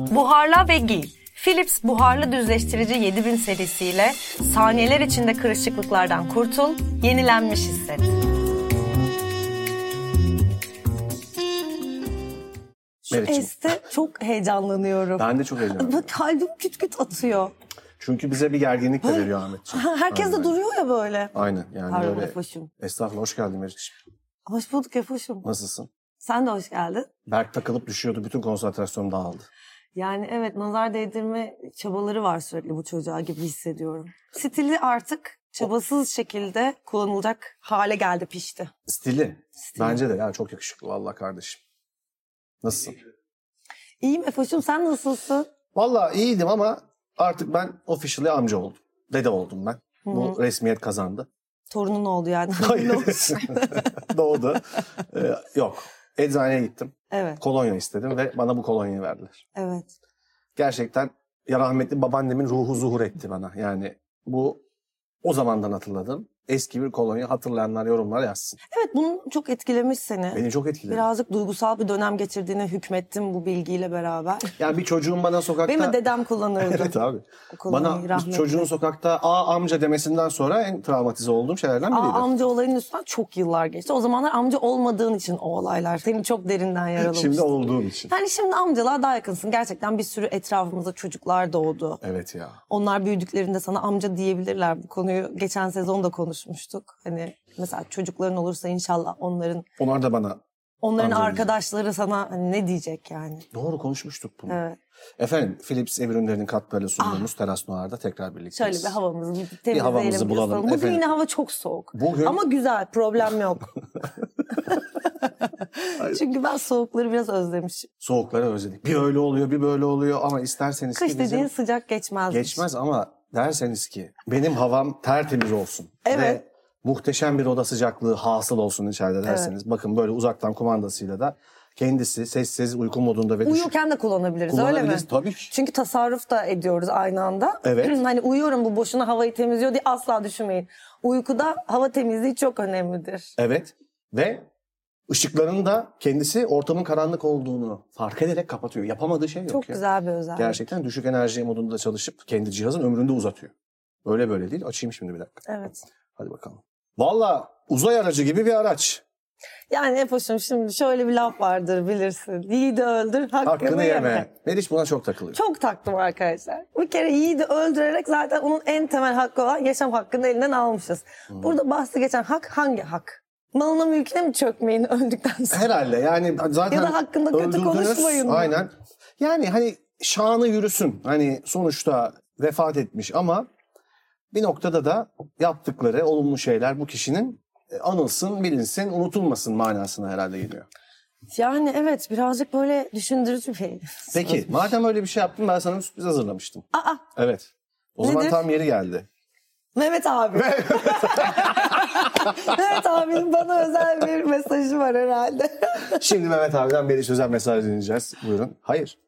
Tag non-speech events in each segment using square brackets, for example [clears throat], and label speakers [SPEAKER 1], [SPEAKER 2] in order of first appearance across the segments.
[SPEAKER 1] Yıka ve giy. Philips buharlı düzleştirici 7000 serisiyle saniyeler içinde kırışıklıklardan kurtul, yenilenmiş hisset.
[SPEAKER 2] Şu
[SPEAKER 3] Meriç'im.
[SPEAKER 2] este çok heyecanlanıyorum.
[SPEAKER 3] Ben de çok heyecanlıyım.
[SPEAKER 2] Bak kalbim küt küt atıyor.
[SPEAKER 3] Çünkü bize bir gerginlik de veriyor Ahmetciğim.
[SPEAKER 2] Herkes de
[SPEAKER 3] Aynen.
[SPEAKER 2] duruyor ya böyle.
[SPEAKER 3] Aynen yani
[SPEAKER 2] Pardon
[SPEAKER 3] böyle.
[SPEAKER 2] Efoş'um.
[SPEAKER 3] Estağfurullah hoş geldin Meriç'im.
[SPEAKER 2] Hoş bulduk Efoş'um.
[SPEAKER 3] Nasılsın?
[SPEAKER 2] Sen de hoş geldin.
[SPEAKER 3] Berk takılıp düşüyordu. Bütün konsantrasyonum dağıldı.
[SPEAKER 2] Yani evet nazar değdirme çabaları var sürekli bu çocuğa gibi hissediyorum. Stili artık çabasız şekilde kullanılacak hale geldi pişti.
[SPEAKER 3] Stili.
[SPEAKER 2] Stili.
[SPEAKER 3] Bence de ya çok yakışıklı vallahi kardeşim. Nasılsın?
[SPEAKER 2] İyiyim Efoş'um sen nasılsın?
[SPEAKER 3] Vallahi iyiydim ama artık ben officially amca oldum. Dede oldum ben. Bu
[SPEAKER 2] [laughs]
[SPEAKER 3] resmiyet kazandı.
[SPEAKER 2] Torunun oldu
[SPEAKER 3] [laughs]
[SPEAKER 2] yani.
[SPEAKER 3] Doğdu. Ee, yok. Eczaneye gittim.
[SPEAKER 2] evet,
[SPEAKER 3] Kolonya istedim ve bana bu kolonyayı verdiler.
[SPEAKER 2] evet.
[SPEAKER 3] Gerçekten ya rahmetli babaannemin ruhu zuhur etti bana. Yani bu o zamandan hatırladım. Eski bir kolonya hatırlayanlar yorumlara yazsın.
[SPEAKER 2] Evet bunun çok etkilemiş seni.
[SPEAKER 3] Beni çok etkiledi.
[SPEAKER 2] Birazcık duygusal bir dönem geçirdiğine hükmettim bu bilgiyle
[SPEAKER 3] [laughs]
[SPEAKER 2] beraber.
[SPEAKER 3] Yani bir çocuğun bana sokakta...
[SPEAKER 2] Benim de dedem kullanırdı.
[SPEAKER 3] [laughs] Evet abi.
[SPEAKER 2] O kolonyayı,
[SPEAKER 3] Bana
[SPEAKER 2] rahmetli.
[SPEAKER 3] çocuğun sokakta aa amca demesinden sonra en travmatize olduğum şeylerden biriydi.
[SPEAKER 2] Aa, amca olayının üstünden çok yıllar geçti. O zamanlar amca olmadığın için o olaylar seni çok derinden yaralamıştı.
[SPEAKER 3] Şimdi olduğum için.
[SPEAKER 2] Yani şimdi amcalar daha yakınsın. Gerçekten bir sürü etrafımızda çocuklar doğdu.
[SPEAKER 3] Evet ya.
[SPEAKER 2] Onlar büyüdüklerinde sana amca diyebilirler. Bu konuyu geçen sezon da konuşmuştuk. Hani mesela çocukların olursa inşallah onların
[SPEAKER 3] Onlar da bana
[SPEAKER 2] onların
[SPEAKER 3] Amca diyecek.
[SPEAKER 2] arkadaşları sana hani ne diyecek yani. Ee,
[SPEAKER 3] doğru konuşmuştuk bunu.
[SPEAKER 2] Evet. Ah.
[SPEAKER 3] Efendim Philips ev ürünlerinin katkılarıyla sunduğumuz Teras Noir'da tekrar birlikteyiz.
[SPEAKER 2] Şöyle bir havamızı bir temizleyelim.
[SPEAKER 3] havamızı bulalım,
[SPEAKER 2] ısınalım. Bugün
[SPEAKER 3] efendim.
[SPEAKER 2] yine hava çok soğuk.
[SPEAKER 3] Bugün-
[SPEAKER 2] Ama güzel problem
[SPEAKER 3] [laughs]
[SPEAKER 2] yok. [laughs] Çünkü ben soğukları biraz özlemişim.
[SPEAKER 3] Soğukları özledik. Bir öyle oluyor bir böyle oluyor ama isterseniz
[SPEAKER 2] Kış
[SPEAKER 3] ki bizim-
[SPEAKER 2] dediğin sıcak geçmez.
[SPEAKER 3] geçmez ama derseniz ki benim havam tertemiz olsun.
[SPEAKER 2] Evet.
[SPEAKER 3] Ve muhteşem bir oda sıcaklığı hasıl olsun içeride derseniz. Bakın böyle uzaktan kumandasıyla da kendisi sessiz uyku modunda ve düşük
[SPEAKER 2] Uyurken de kullanabiliriz öyle mi?
[SPEAKER 3] kullanabiliriz. Tabii ki.
[SPEAKER 2] Çünkü tasarruf da ediyoruz aynı anda.
[SPEAKER 3] Evet.
[SPEAKER 2] [clears throat] hani uyuyorum bu boşuna havayı temizliyor diye asla düşünmeyin. Uykuda hava temizliği çok önemlidir.
[SPEAKER 3] Evet. Ve ışıkların da kendisi ortamın karanlık olduğunu fark ederek kapatıyor. Yapamadığı şey yok
[SPEAKER 2] çok
[SPEAKER 3] ya.
[SPEAKER 2] güzel bir özellik.
[SPEAKER 3] Gerçekten düşük enerji modunda çalışıp kendi cihazın ömrünü de uzatıyor. Öyle böyle değil. Açayım şimdi bir dakika.
[SPEAKER 2] Evet.
[SPEAKER 3] Hadi bakalım. Valla uzay aracı gibi bir araç.
[SPEAKER 2] Yani Epoş'um şimdi şöyle bir laf vardır bilirsin. Yiğidi öldür hakkını,
[SPEAKER 3] Hakkını
[SPEAKER 2] yeme.
[SPEAKER 3] yeme. Meriç buna çok takılıyor.
[SPEAKER 2] Çok taktım arkadaşlar. Bir kere yiğidi öldürerek zaten onun en temel hakkı olan yaşam hakkını elinden almışız.
[SPEAKER 3] Hmm.
[SPEAKER 2] Burada bahsi geçen hak hangi hak? Malına mülküne mi çökmeyin [laughs] öldükten
[SPEAKER 3] [laughs]
[SPEAKER 2] sonra?
[SPEAKER 3] Herhalde yani zaten
[SPEAKER 2] Ya da hakkında kötü
[SPEAKER 3] öldürdünüz.
[SPEAKER 2] konuşmayın.
[SPEAKER 3] Aynen. Yani hani şanı yürüsün. Hani sonuçta vefat etmiş ama bir noktada da yaptıkları olumlu şeyler bu kişinin e, anılsın, bilinsin, unutulmasın manasına herhalde geliyor.
[SPEAKER 2] Yani evet birazcık böyle düşündürücü bir şey.
[SPEAKER 3] Peki madem öyle bir şey yaptın ben sana bir sürpriz hazırlamıştım.
[SPEAKER 2] Aa
[SPEAKER 3] Evet. O
[SPEAKER 2] Nedir?
[SPEAKER 3] zaman tam yeri geldi.
[SPEAKER 2] Mehmet abi. [laughs] Mehmet abinin bana özel bir mesajı var herhalde.
[SPEAKER 3] Şimdi Mehmet abiden Meriç özel mesaj dinleyeceğiz. Buyurun. Hayır.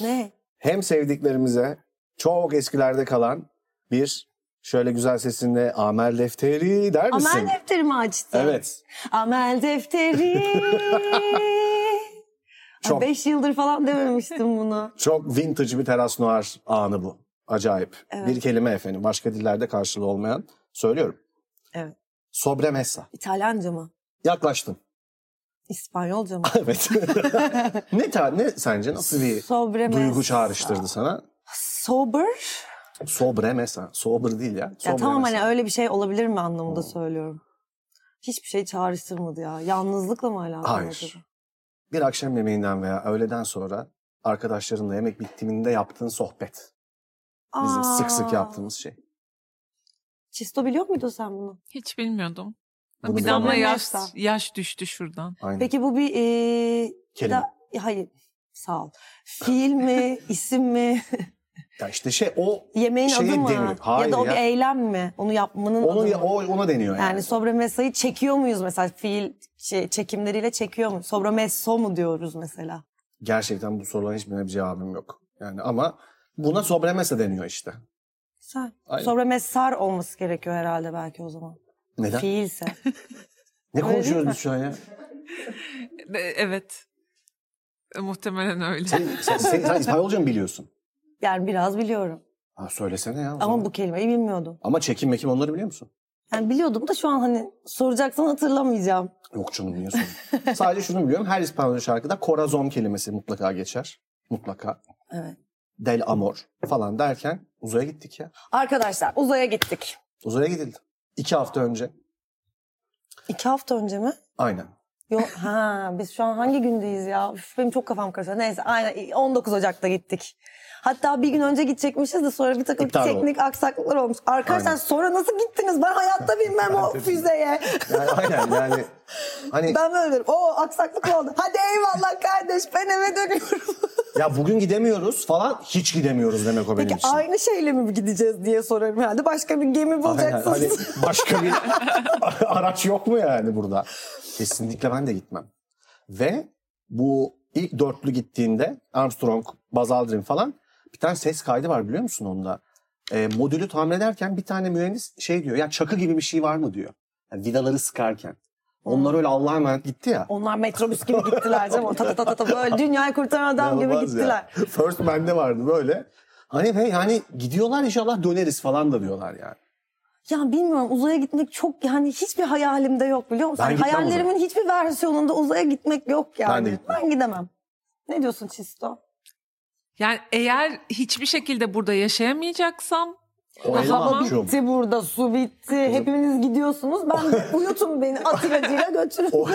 [SPEAKER 2] ne?
[SPEAKER 3] hem sevdiklerimize çok eskilerde kalan bir şöyle güzel sesinde Amer Lefteri der misin?
[SPEAKER 2] Amel defterimi açtı.
[SPEAKER 3] Evet.
[SPEAKER 2] Amel defteri.
[SPEAKER 3] [laughs] Çok.
[SPEAKER 2] Çok. Beş yıldır falan dememiştim bunu.
[SPEAKER 3] Çok vintage bir teras noir anı bu. Acayip.
[SPEAKER 2] Evet.
[SPEAKER 3] Bir kelime efendim. Başka dillerde karşılığı olmayan. Söylüyorum.
[SPEAKER 2] Evet.
[SPEAKER 3] Sobremesa.
[SPEAKER 2] İtalyanca mı?
[SPEAKER 3] Yaklaştın. [laughs]
[SPEAKER 2] İspanyolca mı? [laughs]
[SPEAKER 3] Evet. ne, ta- ne sence nasıl bir
[SPEAKER 2] Sobremesa.
[SPEAKER 3] duygu çağrıştırdı sana?
[SPEAKER 2] Sober.
[SPEAKER 3] Sobremesa. Sober değil ya.
[SPEAKER 2] Ya
[SPEAKER 3] Sobremesa.
[SPEAKER 2] tamam hani öyle bir şey olabilir mi anlamında
[SPEAKER 3] Hmm.
[SPEAKER 2] söylüyorum. Hiçbir şey çağrıştırmadı ya. Yalnızlıkla mı alakalı?
[SPEAKER 3] Hayır.
[SPEAKER 2] acaba?
[SPEAKER 3] Bir akşam yemeğinden veya öğleden sonra arkadaşlarınla yemek bittiğinde yaptığın sohbet. Bizim
[SPEAKER 2] Aa.
[SPEAKER 3] sık sık yaptığımız şey.
[SPEAKER 2] Çisto biliyor muydun sen bunu?
[SPEAKER 4] Hiç bilmiyordum.
[SPEAKER 3] Bunu
[SPEAKER 4] bir
[SPEAKER 3] bilen
[SPEAKER 4] damla
[SPEAKER 3] var mı?
[SPEAKER 4] yaş,
[SPEAKER 2] Varsa.
[SPEAKER 4] yaş düştü şuradan.
[SPEAKER 3] Aynen.
[SPEAKER 2] Peki bu bir e,
[SPEAKER 3] Kelime.
[SPEAKER 2] da- hayır sağ
[SPEAKER 3] [laughs]
[SPEAKER 2] ol. Fiil mi, isim mi,
[SPEAKER 3] Ya işte şey o
[SPEAKER 2] yemeğin
[SPEAKER 3] Şeye
[SPEAKER 2] adı mı?
[SPEAKER 3] deniyor. Hayır
[SPEAKER 2] ya da o
[SPEAKER 3] ya.
[SPEAKER 2] bir eylem mi? Onu yapmanın
[SPEAKER 3] onu
[SPEAKER 2] adı
[SPEAKER 3] ya,
[SPEAKER 2] mı?
[SPEAKER 3] o ona deniyor yani.
[SPEAKER 2] Yani sobremesayı çekiyor muyuz mesela fiil şey, çekimleriyle çekiyor mu? Sobremesso mu diyoruz mesela?
[SPEAKER 3] Gerçekten bu sorulara hiçbirine bir cevabım yok. Yani ama buna sobremesa deniyor işte.
[SPEAKER 2] Güzel.
[SPEAKER 3] Aynen.
[SPEAKER 2] Sobremessar olması gerekiyor herhalde belki o zaman.
[SPEAKER 3] Neden? [laughs]
[SPEAKER 2] Fiilse.
[SPEAKER 3] ne
[SPEAKER 2] Öyle
[SPEAKER 3] konuşuyoruz
[SPEAKER 2] değil
[SPEAKER 3] biz şu an ya?
[SPEAKER 4] E, Evet. E, Muhtemelen öyle.
[SPEAKER 3] Sen, sen, sen, sen İspanyolca mı biliyorsun?
[SPEAKER 2] Yani biraz biliyorum.
[SPEAKER 3] Ha, söylesene ya. o zaman.
[SPEAKER 2] Ama bu kelimeyi bilmiyordum.
[SPEAKER 3] Ama çekim mekim onları biliyor musun?
[SPEAKER 2] Yani biliyordum da şu an hani soracaksan hatırlamayacağım.
[SPEAKER 3] Yok canım niye
[SPEAKER 2] [laughs]
[SPEAKER 3] sorayım? Sadece şunu biliyorum. Her İspanyol şarkıda corazon kelimesi mutlaka geçer. Mutlaka.
[SPEAKER 2] Evet.
[SPEAKER 3] Del amor falan derken uzaya gittik ya.
[SPEAKER 2] Arkadaşlar uzaya gittik.
[SPEAKER 3] Uzaya gidildi. İki hafta önce.
[SPEAKER 2] İki hafta önce mi?
[SPEAKER 3] Aynen.
[SPEAKER 2] Yok ha biz şu an hangi gündeyiz ya? Üf, benim çok kafam karışıyor. Neyse aynen 19 Ocak'ta gittik. Hatta bir gün önce gidecekmişiz de sonra bir takım
[SPEAKER 3] İptal oldu.
[SPEAKER 2] teknik aksaklıklar olmuş. Arkadaşlar
[SPEAKER 3] Aynen.
[SPEAKER 2] sonra nasıl gittiniz? Ben hayatta
[SPEAKER 3] [laughs]
[SPEAKER 2] bilmem o füzeye.
[SPEAKER 3] Yani, aynen yani. Hani
[SPEAKER 2] ben böyle derim. Oo aksaklık oldu. Hadi eyvallah kardeş ben eve dönüyorum.
[SPEAKER 3] ya bugün gidemiyoruz falan hiç gidemiyoruz demek o benim
[SPEAKER 2] Peki
[SPEAKER 3] için.
[SPEAKER 2] aynı şeyle mi gideceğiz diye sorarım herhalde. Başka bir gemi
[SPEAKER 3] şey. Aynen,
[SPEAKER 2] bulacaksınız.
[SPEAKER 3] hani başka bir [laughs] araç yok mu yani burada? Kesinlikle ben de gitmem. Ve bu ilk dörtlü gittiğinde Armstrong, Buzz Aldrin falan bir tane ses kaydı var biliyor musun onda? Ee, modülü tamir ederken bir tane mühendis şey diyor ya çakı gibi bir şey var mı diyor. Yani vidaları sıkarken. Onlar öyle Allah'a emanet gitti ya.
[SPEAKER 2] Onlar metrobüs gibi gittiler canım. O Ta ta ta ta ta böyle dünyayı kurtaran adam gibi
[SPEAKER 3] İnanılmaz ya.
[SPEAKER 2] gittiler.
[SPEAKER 3] [laughs] First Man'de vardı böyle. Hani hey hani gidiyorlar inşallah döneriz falan da diyorlar yani.
[SPEAKER 2] Ya bilmiyorum uzaya gitmek çok yani hiçbir hayalimde yok biliyor musun?
[SPEAKER 3] Ben
[SPEAKER 2] Yani
[SPEAKER 3] gitmem
[SPEAKER 2] hayallerimin hiçbir versiyonunda uzaya gitmek yok yani.
[SPEAKER 3] Ben de gitmem.
[SPEAKER 2] gidemem. Ne diyorsun Çisto?
[SPEAKER 4] Yani eğer hiçbir şekilde burada yaşayamayacaksam
[SPEAKER 3] O
[SPEAKER 4] Aha,
[SPEAKER 3] eleman
[SPEAKER 4] ama-
[SPEAKER 3] diyorum.
[SPEAKER 2] Bitti burada su bitti. Hepiniz gidiyorsunuz. Ben de [laughs] uyutun beni atiracıyla götürün.
[SPEAKER 3] O-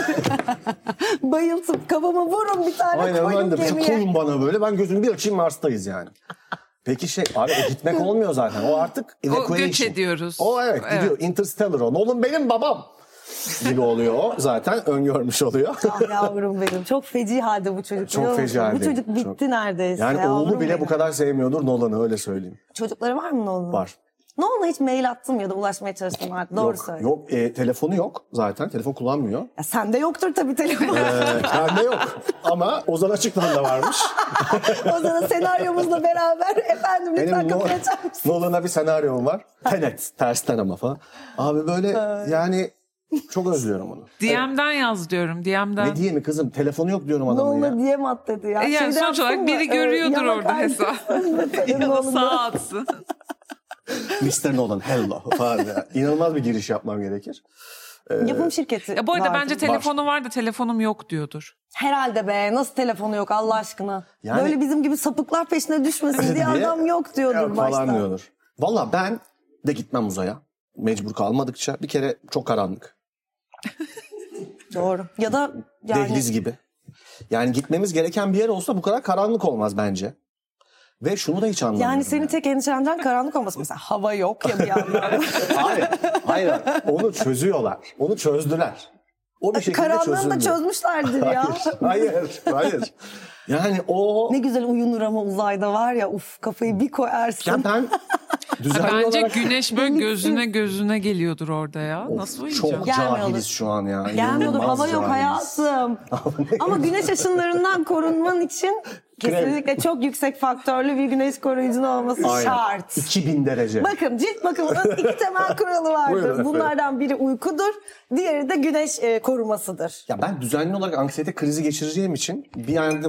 [SPEAKER 2] Bayıltıp kafama vurun bir tane
[SPEAKER 3] Aynen ben
[SPEAKER 2] koyun
[SPEAKER 3] de bir
[SPEAKER 2] gemiye.
[SPEAKER 3] koyun bana böyle. Ben gözümü bir açayım Mars'tayız yani. Peki şey abi o gitmek olmuyor zaten. O artık
[SPEAKER 4] o
[SPEAKER 3] evacuation.
[SPEAKER 4] göç ediyoruz.
[SPEAKER 3] O evet gidiyor. Interstellar o. Oğlum benim babam gibi oluyor o. Zaten öngörmüş oluyor.
[SPEAKER 2] Ah yavrum benim. Çok feci halde bu çocuk.
[SPEAKER 3] Çok
[SPEAKER 2] biliyor musun?
[SPEAKER 3] feci halde.
[SPEAKER 2] Bu çocuk bitti
[SPEAKER 3] Çok.
[SPEAKER 2] neredeyse.
[SPEAKER 3] Yani
[SPEAKER 2] yavrum
[SPEAKER 3] oğlu bile bu
[SPEAKER 2] benim.
[SPEAKER 3] kadar sevmiyordur Nolan'ı öyle söyleyeyim.
[SPEAKER 2] Çocukları var mı Nolan'ın?
[SPEAKER 3] Var.
[SPEAKER 2] Nolan'a hiç mail attım ya da ulaşmaya çalıştım artık. Doğru
[SPEAKER 3] yok,
[SPEAKER 2] söyle.
[SPEAKER 3] yok e, telefonu yok zaten. Telefon kullanmıyor.
[SPEAKER 2] Ya sende yoktur tabii telefon.
[SPEAKER 3] Ee, Bende yok. Ama Ozan Açık'tan da varmış.
[SPEAKER 2] O zaman senaryomuzla beraber efendim lütfen
[SPEAKER 3] Benim
[SPEAKER 2] kapıyı
[SPEAKER 3] Nolan-
[SPEAKER 2] açar mısın?
[SPEAKER 3] Nolan'a bir senaryom var. Tenet. Tersten ama falan. Abi böyle yani çok özlüyorum onu.
[SPEAKER 4] DM'den yaz diyorum. DM'den.
[SPEAKER 3] Ne diye mi kızım? Telefonu yok diyorum
[SPEAKER 2] Ne
[SPEAKER 3] adamın
[SPEAKER 2] olur
[SPEAKER 3] ya.
[SPEAKER 2] diyem at dedi ya.
[SPEAKER 4] E yani
[SPEAKER 2] Şeyde
[SPEAKER 4] sonuç olarak
[SPEAKER 2] yapsın
[SPEAKER 4] biri
[SPEAKER 2] mı? Ee,
[SPEAKER 4] görüyordur
[SPEAKER 2] yanak
[SPEAKER 4] orada
[SPEAKER 2] aynı. [laughs]
[SPEAKER 4] hesabı.
[SPEAKER 2] Mesela
[SPEAKER 4] ya da
[SPEAKER 2] Nolan'da-
[SPEAKER 4] sağa atsın.
[SPEAKER 3] Mr. Nolan hello [laughs] falan. ya. İnanılmaz bir giriş yapmam gerekir.
[SPEAKER 2] Yapım şirketi.
[SPEAKER 4] Ya E, bu arada
[SPEAKER 2] vardı.
[SPEAKER 4] bence telefonu var da telefonum yok diyordur.
[SPEAKER 2] Herhalde be nasıl telefonu yok Allah aşkına.
[SPEAKER 3] Yani-
[SPEAKER 2] Böyle bizim gibi sapıklar peşine düşmesin diye
[SPEAKER 3] Diye-
[SPEAKER 2] adam yok diyordur
[SPEAKER 3] Yok
[SPEAKER 2] başta.
[SPEAKER 3] falan diyordur. Valla ben de gitmem uzaya. Mecbur kalmadıkça. Bir kere çok karanlık.
[SPEAKER 2] Doğru. Ya da yani
[SPEAKER 3] Dehliz gibi. Yani gitmemiz gereken bir yer olsa bu kadar karanlık olmaz bence. Ve şunu da hiç anlamıyorum.
[SPEAKER 2] yani seni tek endişelendiren karanlık olması. Mesela hava yok
[SPEAKER 3] [laughs]
[SPEAKER 2] ya bir yandan.
[SPEAKER 3] Hayır, hayır. Onu çözüyorlar. Onu çözdüler. O bir şekilde
[SPEAKER 2] Karanlığını da
[SPEAKER 3] çözüldü.
[SPEAKER 2] çözmüşlerdir ya.
[SPEAKER 3] [laughs] Hayır, hayır. Yani o...
[SPEAKER 2] Ne güzel uyunur ama uzayda var ya uf kafayı bir koyarsın. [laughs]
[SPEAKER 3] Ya ben düzenli
[SPEAKER 4] Bence
[SPEAKER 3] olarak...
[SPEAKER 4] güneş böyle gözüne gözüne geliyordur orada ya. Nasıl uyuyacağım?
[SPEAKER 3] Çok
[SPEAKER 2] Gelmiyordur.
[SPEAKER 3] cahiliz şu an ya.
[SPEAKER 2] Gelmiyordur
[SPEAKER 3] İnanılmaz
[SPEAKER 2] hava yok
[SPEAKER 3] cahiliz.
[SPEAKER 2] hayatım. Ama güneş ışınlarından korunman
[SPEAKER 3] [laughs]
[SPEAKER 2] için kesinlikle çok yüksek faktörlü bir güneş koruyucun olması
[SPEAKER 3] Aynen.
[SPEAKER 2] şart.
[SPEAKER 3] 2000 derece.
[SPEAKER 2] Bakın cilt bakımının iki temel kuralı vardır.
[SPEAKER 3] Buyurun efendim.
[SPEAKER 2] Bunlardan biri uykudur, diğeri de güneş e, korumasıdır.
[SPEAKER 3] Ya ben düzenli olarak anksiyete krizi geçireceğim için bir anda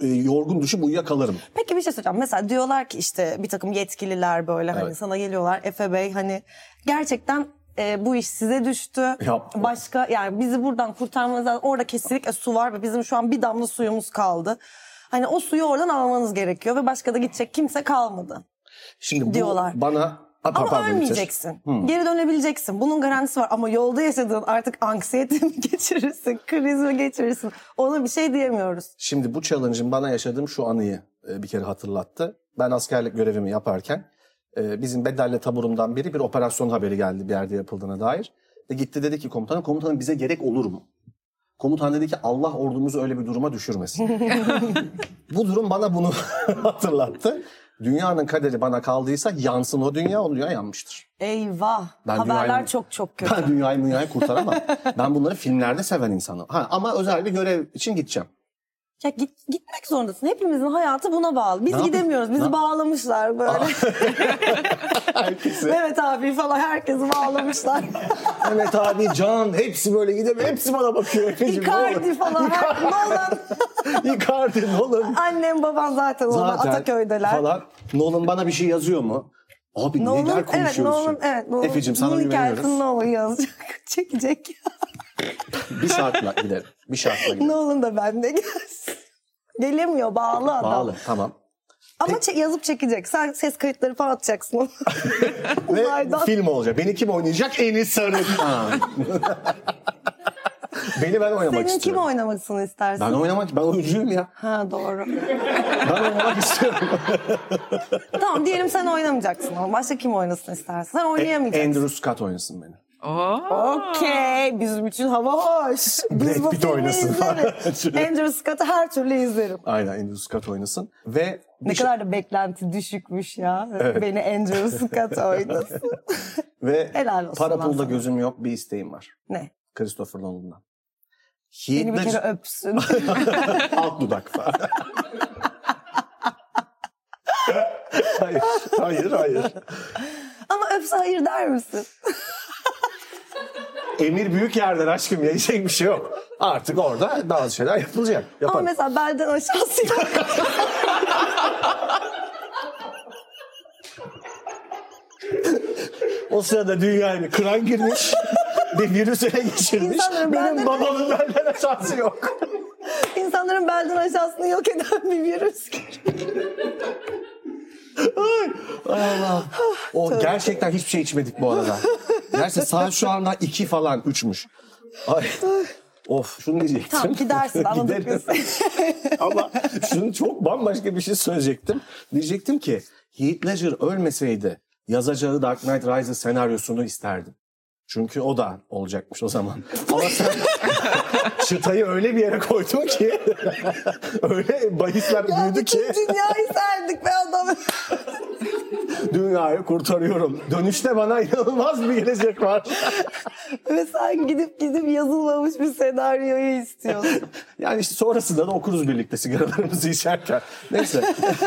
[SPEAKER 3] e, yorgun düşüp uyuyakalırım.
[SPEAKER 2] Peki bir şey soracağım. Mesela diyorlar ki işte bir takım yetkililer böyle hani
[SPEAKER 3] Evet.
[SPEAKER 2] sana geliyorlar. Efe Bey hani gerçekten e, bu iş size düştü.
[SPEAKER 3] Yapma.
[SPEAKER 2] Başka yani bizi buradan kurtarmanız lazım. Orada kesinlikle su var ve bizim şu an bir damla suyumuz kaldı. Hani o suyu oradan almanız gerekiyor ve başka da gidecek kimse kalmadı.
[SPEAKER 3] Şimdi bu
[SPEAKER 2] Diyorlar.
[SPEAKER 3] bana... Ha,
[SPEAKER 2] Ama
[SPEAKER 3] pardon, Hmm. bitir.
[SPEAKER 2] ölmeyeceksin. Geri dönebileceksin. Bunun garantisi var. Ama yolda yaşadığın artık anksiyete [laughs] mi geçirirsin, kriz mi geçirirsin? Ona bir şey diyemiyoruz.
[SPEAKER 3] Şimdi bu challenge'ın bana yaşadığım şu anıyı e, bir kere hatırlattı. Ben askerlik görevimi yaparken e, bizim bedelli taburumdan biri bir operasyon haberi geldi bir yerde yapıldığına dair. Ve gitti dedi ki komutanım, komutanım bize gerek olur mu? Komutan dedi ki Allah ordumuzu öyle bir duruma düşürmesin. bu durum bana bunu [laughs] hatırlattı. Dünyanın kaderi bana kaldıysa yansın o dünya, o dünya yanmıştır. [laughs]
[SPEAKER 2] Eyvah.
[SPEAKER 3] Ben
[SPEAKER 2] Haberler
[SPEAKER 3] dünyayı-
[SPEAKER 2] çok çok kötü.
[SPEAKER 3] Ben dünyayı dünyayı kurtaramam. ben bunları filmlerde seven insanım. Ha, ama özel bir görev için gideceğim.
[SPEAKER 2] Ya git, gitmek zorundasın. Hepimizin hayatı buna bağlı. Biz
[SPEAKER 3] Ne yapayım?
[SPEAKER 2] gidemiyoruz. Bizi
[SPEAKER 3] Ne- Ah
[SPEAKER 2] bağlamışlar böyle.
[SPEAKER 3] Herkese.
[SPEAKER 2] Mehmet abi falan herkesi
[SPEAKER 3] [laughs]
[SPEAKER 2] bağlamışlar.
[SPEAKER 3] Mehmet abi, Can hepsi böyle gidemiyor. Hepsi bana bakıyor. Efeciğim, ne olur.
[SPEAKER 2] Icardi falan. her- Nolan.
[SPEAKER 3] [laughs] Icardi, Nolan.
[SPEAKER 2] Annem babam zaten orada
[SPEAKER 3] Zaten
[SPEAKER 2] Ataköy'deler.
[SPEAKER 3] Falan. Nolan bana bir şey yazıyor mu? Abi neler konuşuyoruz?
[SPEAKER 2] evet Nolan,
[SPEAKER 3] şimdi?
[SPEAKER 2] evet Nolan.
[SPEAKER 3] Efe'cim sana
[SPEAKER 2] bunun
[SPEAKER 3] güveniyoruz.
[SPEAKER 2] hikayesini Nolan yazacak, [laughs] çekecek.
[SPEAKER 3] Bir şartla gidelim. Bir şartla gidelim.
[SPEAKER 2] Nolan da bende gelsin. Gelemiyor bağlı adam.
[SPEAKER 3] Bağlı tamam.
[SPEAKER 2] Ama çe- yazıp çekecek. Sen ses kayıtları falan atacaksın.
[SPEAKER 3] Ve
[SPEAKER 2] Uzaydan.
[SPEAKER 3] film olacak. Beni kim oynayacak? Enis Sarık. Ha.
[SPEAKER 2] [laughs]
[SPEAKER 3] Beni ben oynamak
[SPEAKER 2] Senin kim
[SPEAKER 3] istiyorum.
[SPEAKER 2] oynamasını istersin?
[SPEAKER 3] ben oynamak, ben oyuncuyum ya.
[SPEAKER 2] Ha doğru.
[SPEAKER 3] Ben
[SPEAKER 2] [laughs]
[SPEAKER 3] oynamak istiyorum.
[SPEAKER 2] tamam diyelim sen oynamayacaksın ama başka kim oynasın istersin? Sen oynayamayacaksın.
[SPEAKER 3] Andrew Scott oynasın beni.
[SPEAKER 4] Oo.
[SPEAKER 2] Okey. Bizim için hava hoş. Biz
[SPEAKER 3] Brad
[SPEAKER 2] bu
[SPEAKER 3] Pitt
[SPEAKER 2] filmi
[SPEAKER 3] oynasın.
[SPEAKER 2] izleriz. Andrew Scott'ı her türlü izlerim.
[SPEAKER 3] Aynen Andrew Scott oynasın. Ve
[SPEAKER 2] Ne
[SPEAKER 3] bir şey-
[SPEAKER 2] kadar da beklenti düşükmüş ya. Beni Andrew Scott
[SPEAKER 3] [laughs]
[SPEAKER 2] oynasın.
[SPEAKER 3] ve
[SPEAKER 2] Helal olsun
[SPEAKER 3] para
[SPEAKER 2] lan
[SPEAKER 3] pulda
[SPEAKER 2] sana.
[SPEAKER 3] gözüm yok bir isteğim var.
[SPEAKER 2] ne?
[SPEAKER 3] Christopher Nolan'dan.
[SPEAKER 2] Beni bir kere öpsün. [laughs]
[SPEAKER 3] Alt dudak falan. hayır, hayır, hayır.
[SPEAKER 2] ama öpse hayır der misin?
[SPEAKER 3] Emir büyük yerden aşkım yiyecek bir şey yok. Artık orada bazı şeyler yapılacak.
[SPEAKER 2] Ama
[SPEAKER 3] Yaparım.
[SPEAKER 2] mesela belden aşağısı
[SPEAKER 3] [laughs]
[SPEAKER 2] yok.
[SPEAKER 3] O sırada dünyaya bir kıran girmiş. bir virüs ele geçirmiş.
[SPEAKER 2] İnsanların
[SPEAKER 3] Benim
[SPEAKER 2] benden-
[SPEAKER 3] babamın benden aşağısı yok.
[SPEAKER 2] İnsanların belden aşağısını yok eden bir virüs.
[SPEAKER 3] O gerçekten hiçbir şey içmedik bu arada. Gerçi saat şu anda iki falan üçmüş. Ay. Of şunu diyecektim.
[SPEAKER 2] Tamam gidersin anladık
[SPEAKER 3] Giderim.
[SPEAKER 2] biz.
[SPEAKER 3] [laughs] Ama şunu çok bambaşka bir şey söyleyecektim. Diyecektim ki Heath Ledger ölmeseydi yazacağı Dark Knight Rises senaryosunu isterdim. Çünkü o da olacakmış o zaman. Ama
[SPEAKER 2] [laughs]
[SPEAKER 3] sen çıtayı öyle bir yere koydun ki [laughs] öyle bahisler
[SPEAKER 2] Ya
[SPEAKER 3] büyüdü ki
[SPEAKER 2] bütün dünyayı serdik be adam.
[SPEAKER 3] dünyayı kurtarıyorum. Dönüşte bana inanılmaz bir gelecek var.
[SPEAKER 2] Ve sen gidip gidip yazılmamış bir senaryoyu istiyorsun. [laughs]
[SPEAKER 3] Yani işte sonrasında da okuruz birlikte sigaralarımızı içerken. Neyse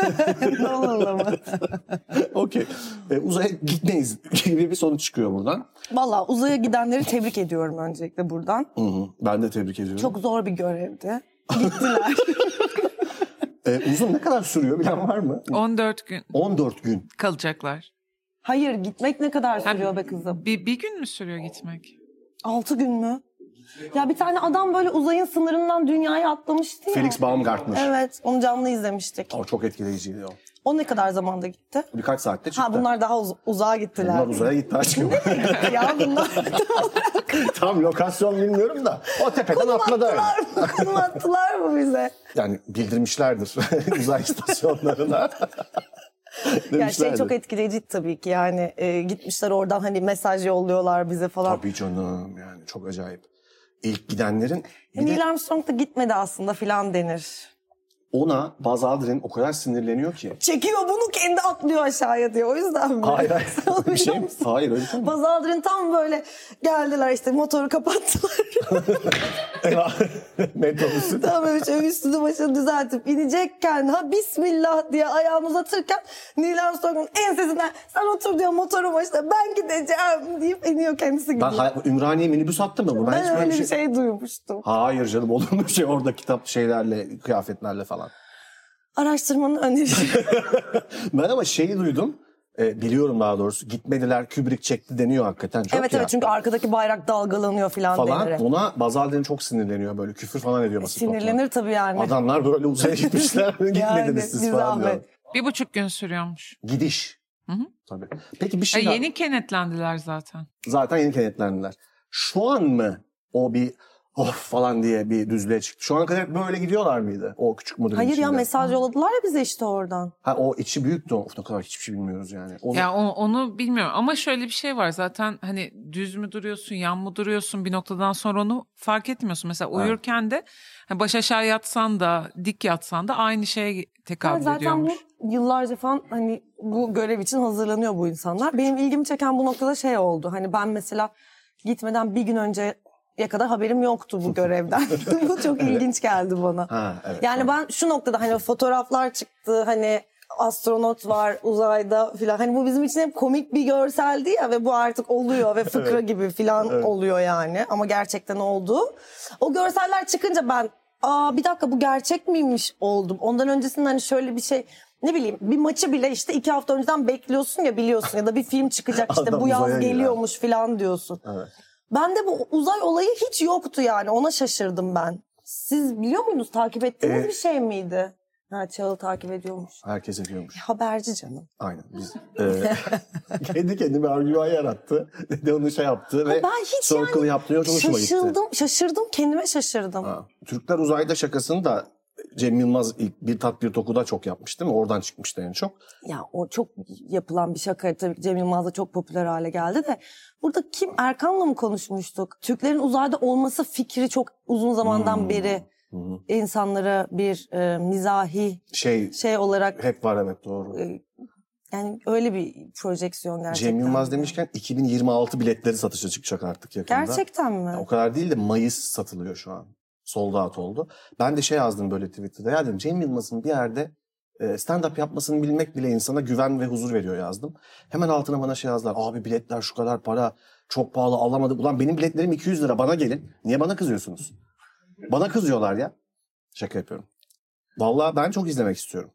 [SPEAKER 3] [laughs]
[SPEAKER 2] ne olur ama.
[SPEAKER 3] okey. E, uzaya gitmeyiz gibi bir sonuç çıkıyor buradan.
[SPEAKER 2] Valla uzaya gidenleri tebrik ediyorum öncelikle buradan.
[SPEAKER 3] Hı hı. Ben de tebrik ediyorum.
[SPEAKER 2] Çok zor bir görevdi.
[SPEAKER 3] E, uzun ne kadar sürüyor bilen var mı?
[SPEAKER 4] 14 gün
[SPEAKER 3] 14 gün.
[SPEAKER 4] kalacaklar.
[SPEAKER 2] Hayır gitmek ne kadar
[SPEAKER 4] Ha,
[SPEAKER 2] sürüyor be kızım?
[SPEAKER 4] Bir, bir gün mü sürüyor gitmek?
[SPEAKER 2] 6 gün mü? Ya bir tane adam böyle uzayın sınırından dünyaya atlamıştı ya.
[SPEAKER 3] Felix Baumgartner.
[SPEAKER 2] Evet onu canlı izlemiştik.
[SPEAKER 3] O çok etkileyiciydi o.
[SPEAKER 2] O ne kadar zamanda gitti?
[SPEAKER 3] Birkaç saatte çıktı.
[SPEAKER 2] Ha bunlar daha uz- uzağa gittiler.
[SPEAKER 3] Bunlar uzaya gitti aşkım.
[SPEAKER 2] [laughs] ya [laughs] bunlar
[SPEAKER 3] [laughs] Tam lokasyon bilmiyorum da o tepeden
[SPEAKER 2] [laughs]
[SPEAKER 3] atladı öyle.
[SPEAKER 2] attılar mı? Konum attılar mı bize?
[SPEAKER 3] Yani bildirmişlerdir [laughs] uzay
[SPEAKER 2] [laughs]
[SPEAKER 3] istasyonlarına.
[SPEAKER 2] Ya şey
[SPEAKER 3] Demişlerdir.
[SPEAKER 2] çok etkileyici tabii ki yani e, gitmişler oradan hani mesaj yolluyorlar bize falan.
[SPEAKER 3] Tabii canım yani çok acayip. İlk gidenlerin bir de
[SPEAKER 2] Hani Neil Armstrong da gitmedi aslında filan denir.
[SPEAKER 3] ona Buzz Aldrin o kadar sinirleniyor ki.
[SPEAKER 2] Çekiyor bunu kendi atlıyor aşağıya diyor o yüzden mi? [laughs]
[SPEAKER 3] Hayır hayır.
[SPEAKER 2] Sen onu
[SPEAKER 3] bir şey
[SPEAKER 2] biliyor
[SPEAKER 3] mi?
[SPEAKER 2] musun?
[SPEAKER 3] Hayır öyle
[SPEAKER 2] [laughs]
[SPEAKER 3] değil mi?
[SPEAKER 2] Buzz Aldrin tam böyle geldiler işte motoru kapattılar. [laughs]
[SPEAKER 3] Metrobüsün.
[SPEAKER 2] tam böyle şöyle üstünü başını düzeltip inecekken ha bismillah diye ayağını uzatırken Neil Armstrong'un ensesinden sen otur diyor motoru başına ben gideceğim deyip iniyor kendisi
[SPEAKER 3] Ben
[SPEAKER 2] gidiyor.
[SPEAKER 3] hay- Ümraniye minibüs attı mı? bu?
[SPEAKER 2] Ben,
[SPEAKER 3] hiç böyle
[SPEAKER 2] öyle bir şey duymuştum.
[SPEAKER 3] Hayır canım olur mu şey orada kitap şeylerle, kıyafetlerle falan.
[SPEAKER 2] Araştırmanın önerisi.
[SPEAKER 3] Ben ama şeyi duydum. E, biliyorum daha doğrusu. Gitmediler Kubrick çekti deniyor hakikaten çok
[SPEAKER 2] evet
[SPEAKER 3] ya.
[SPEAKER 2] evet çünkü arkadaki bayrak dalgalanıyor filan
[SPEAKER 3] falan.
[SPEAKER 2] denir.
[SPEAKER 3] Buna Buzz Aldrin çok sinirleniyor böyle küfür falan ediyor basın
[SPEAKER 2] Sinirlenir tabii yani.
[SPEAKER 3] toplantısında. Adamlar böyle
[SPEAKER 2] [laughs]
[SPEAKER 3] uzaya gitmişler gitmediniz
[SPEAKER 2] Yani,
[SPEAKER 3] siz
[SPEAKER 2] bir
[SPEAKER 3] falan
[SPEAKER 2] zahmet.
[SPEAKER 3] diyor.
[SPEAKER 4] Bir buçuk gün sürüyormuş.
[SPEAKER 3] Gidiş.
[SPEAKER 4] Hı hı.
[SPEAKER 3] Tabii. Peki bir
[SPEAKER 4] E,
[SPEAKER 3] şey daha-
[SPEAKER 4] yeni kenetlendiler zaten.
[SPEAKER 3] zaten yeni kenetlendiler. Şu an mı o bir of falan diye bir düzlüğe çıktı? Şu ana kadar hep böyle gidiyorlar mıydı o küçük modülün
[SPEAKER 2] Hayır
[SPEAKER 3] içinde?
[SPEAKER 2] ya mesaj yolladılar ya bize işte oradan.
[SPEAKER 3] Ha o içi büyüktü. Of ne kadar hiçbir şey bilmiyoruz yani. O,
[SPEAKER 4] Ya o- onu bilmiyorum ama şöyle bir şey var zaten hani düz mü duruyorsun yan mı duruyorsun bir noktadan sonra onu fark etmiyorsun. Mesela uyurken de hani baş aşağı yatsan da dik yatsan da aynı şeye
[SPEAKER 2] Ya
[SPEAKER 4] tekabül
[SPEAKER 2] zaten bu
[SPEAKER 4] ediyormuş.
[SPEAKER 2] yıllarca falan hani bu görev için hazırlanıyor bu insanlar. Benim ilgimi çeken bu noktada şey oldu. Hani ben mesela gitmeden bir gün önce ya kadar haberim yoktu bu görevden. [laughs] bu çok ilginç geldi bana.
[SPEAKER 3] Ha, evet.
[SPEAKER 2] Yani ben şu noktada hani fotoğraflar çıktı hani astronot var uzayda filan. Hani bu bizim için hep komik bir görseldi ya ve bu artık oluyor
[SPEAKER 3] [laughs]
[SPEAKER 2] ve fıkra gibi filan oluyor yani. Ama gerçekten oldu. O görseller çıkınca ben aa bir dakika bu gerçek miymiş oldum. Ondan öncesinde hani şöyle bir şey ne bileyim bir maçı bile işte iki hafta önceden bekliyorsun ya biliyorsun ya da bir film çıkacak işte
[SPEAKER 3] [laughs] Adam
[SPEAKER 2] bu
[SPEAKER 3] uzaya
[SPEAKER 2] yaz
[SPEAKER 3] girer.
[SPEAKER 2] geliyormuş filan diyorsun.
[SPEAKER 3] Evet.
[SPEAKER 2] Bende bu uzay olayı hiç yoktu yani. Ona şaşırdım ben. Siz biliyor muydunuz? Takip ettiğiniz
[SPEAKER 3] Ee,
[SPEAKER 2] bir şey miydi? Ha Çağıl takip ediyormuş.
[SPEAKER 3] Herkes ediyormuş.
[SPEAKER 2] Haberci canım.
[SPEAKER 3] Aynen. Biz, e, [laughs] kendi kendime argüman yarattı. [laughs] Dedi onu şey yaptı ve
[SPEAKER 2] ben hiç
[SPEAKER 3] circle yaptı. Çok hoşuma gitti.
[SPEAKER 2] Şaşırdım, şaşırdım kendime şaşırdım.
[SPEAKER 3] Ha. Türkler uzayda şakasını da Cem Yılmaz ilk bir tat bir tokuda çok yapmış değil mi? Oradan çıkmıştı en çok.
[SPEAKER 2] Ya o çok yapılan bir şaka tabii Cem Yılmaz da çok popüler hale geldi de burada kim Erkan'la mı konuşmuştuk? Türklerin uzayda olması fikri çok uzun zamandan
[SPEAKER 3] Hmm.
[SPEAKER 2] beri insanlara bir e, mizahi
[SPEAKER 3] Şey
[SPEAKER 2] şey olarak
[SPEAKER 3] hep var evet doğru.
[SPEAKER 2] e, yani öyle bir projeksiyon gerçekten.
[SPEAKER 3] Cem Yılmaz demişken 2026 biletleri satışa çıkacak artık yakında.
[SPEAKER 2] Gerçekten mi?
[SPEAKER 3] Yani o kadar değil de Mayıs satılıyor şu an. Sold out oldu. Ben de şey yazdım böyle Twitter'da. Ya dedim Cem Yılmaz'ın bir yerde e, stand-up yapmasını bilmek bile insana güven ve huzur veriyor yazdım. Hemen altına bana şey yazdılar. Abi biletler şu kadar para. Çok pahalı alamadım. Ulan benim biletlerim 200 lira bana gelin. Niye bana kızıyorsunuz? Bana kızıyorlar ya. Şaka yapıyorum. Vallahi ben çok izlemek istiyorum.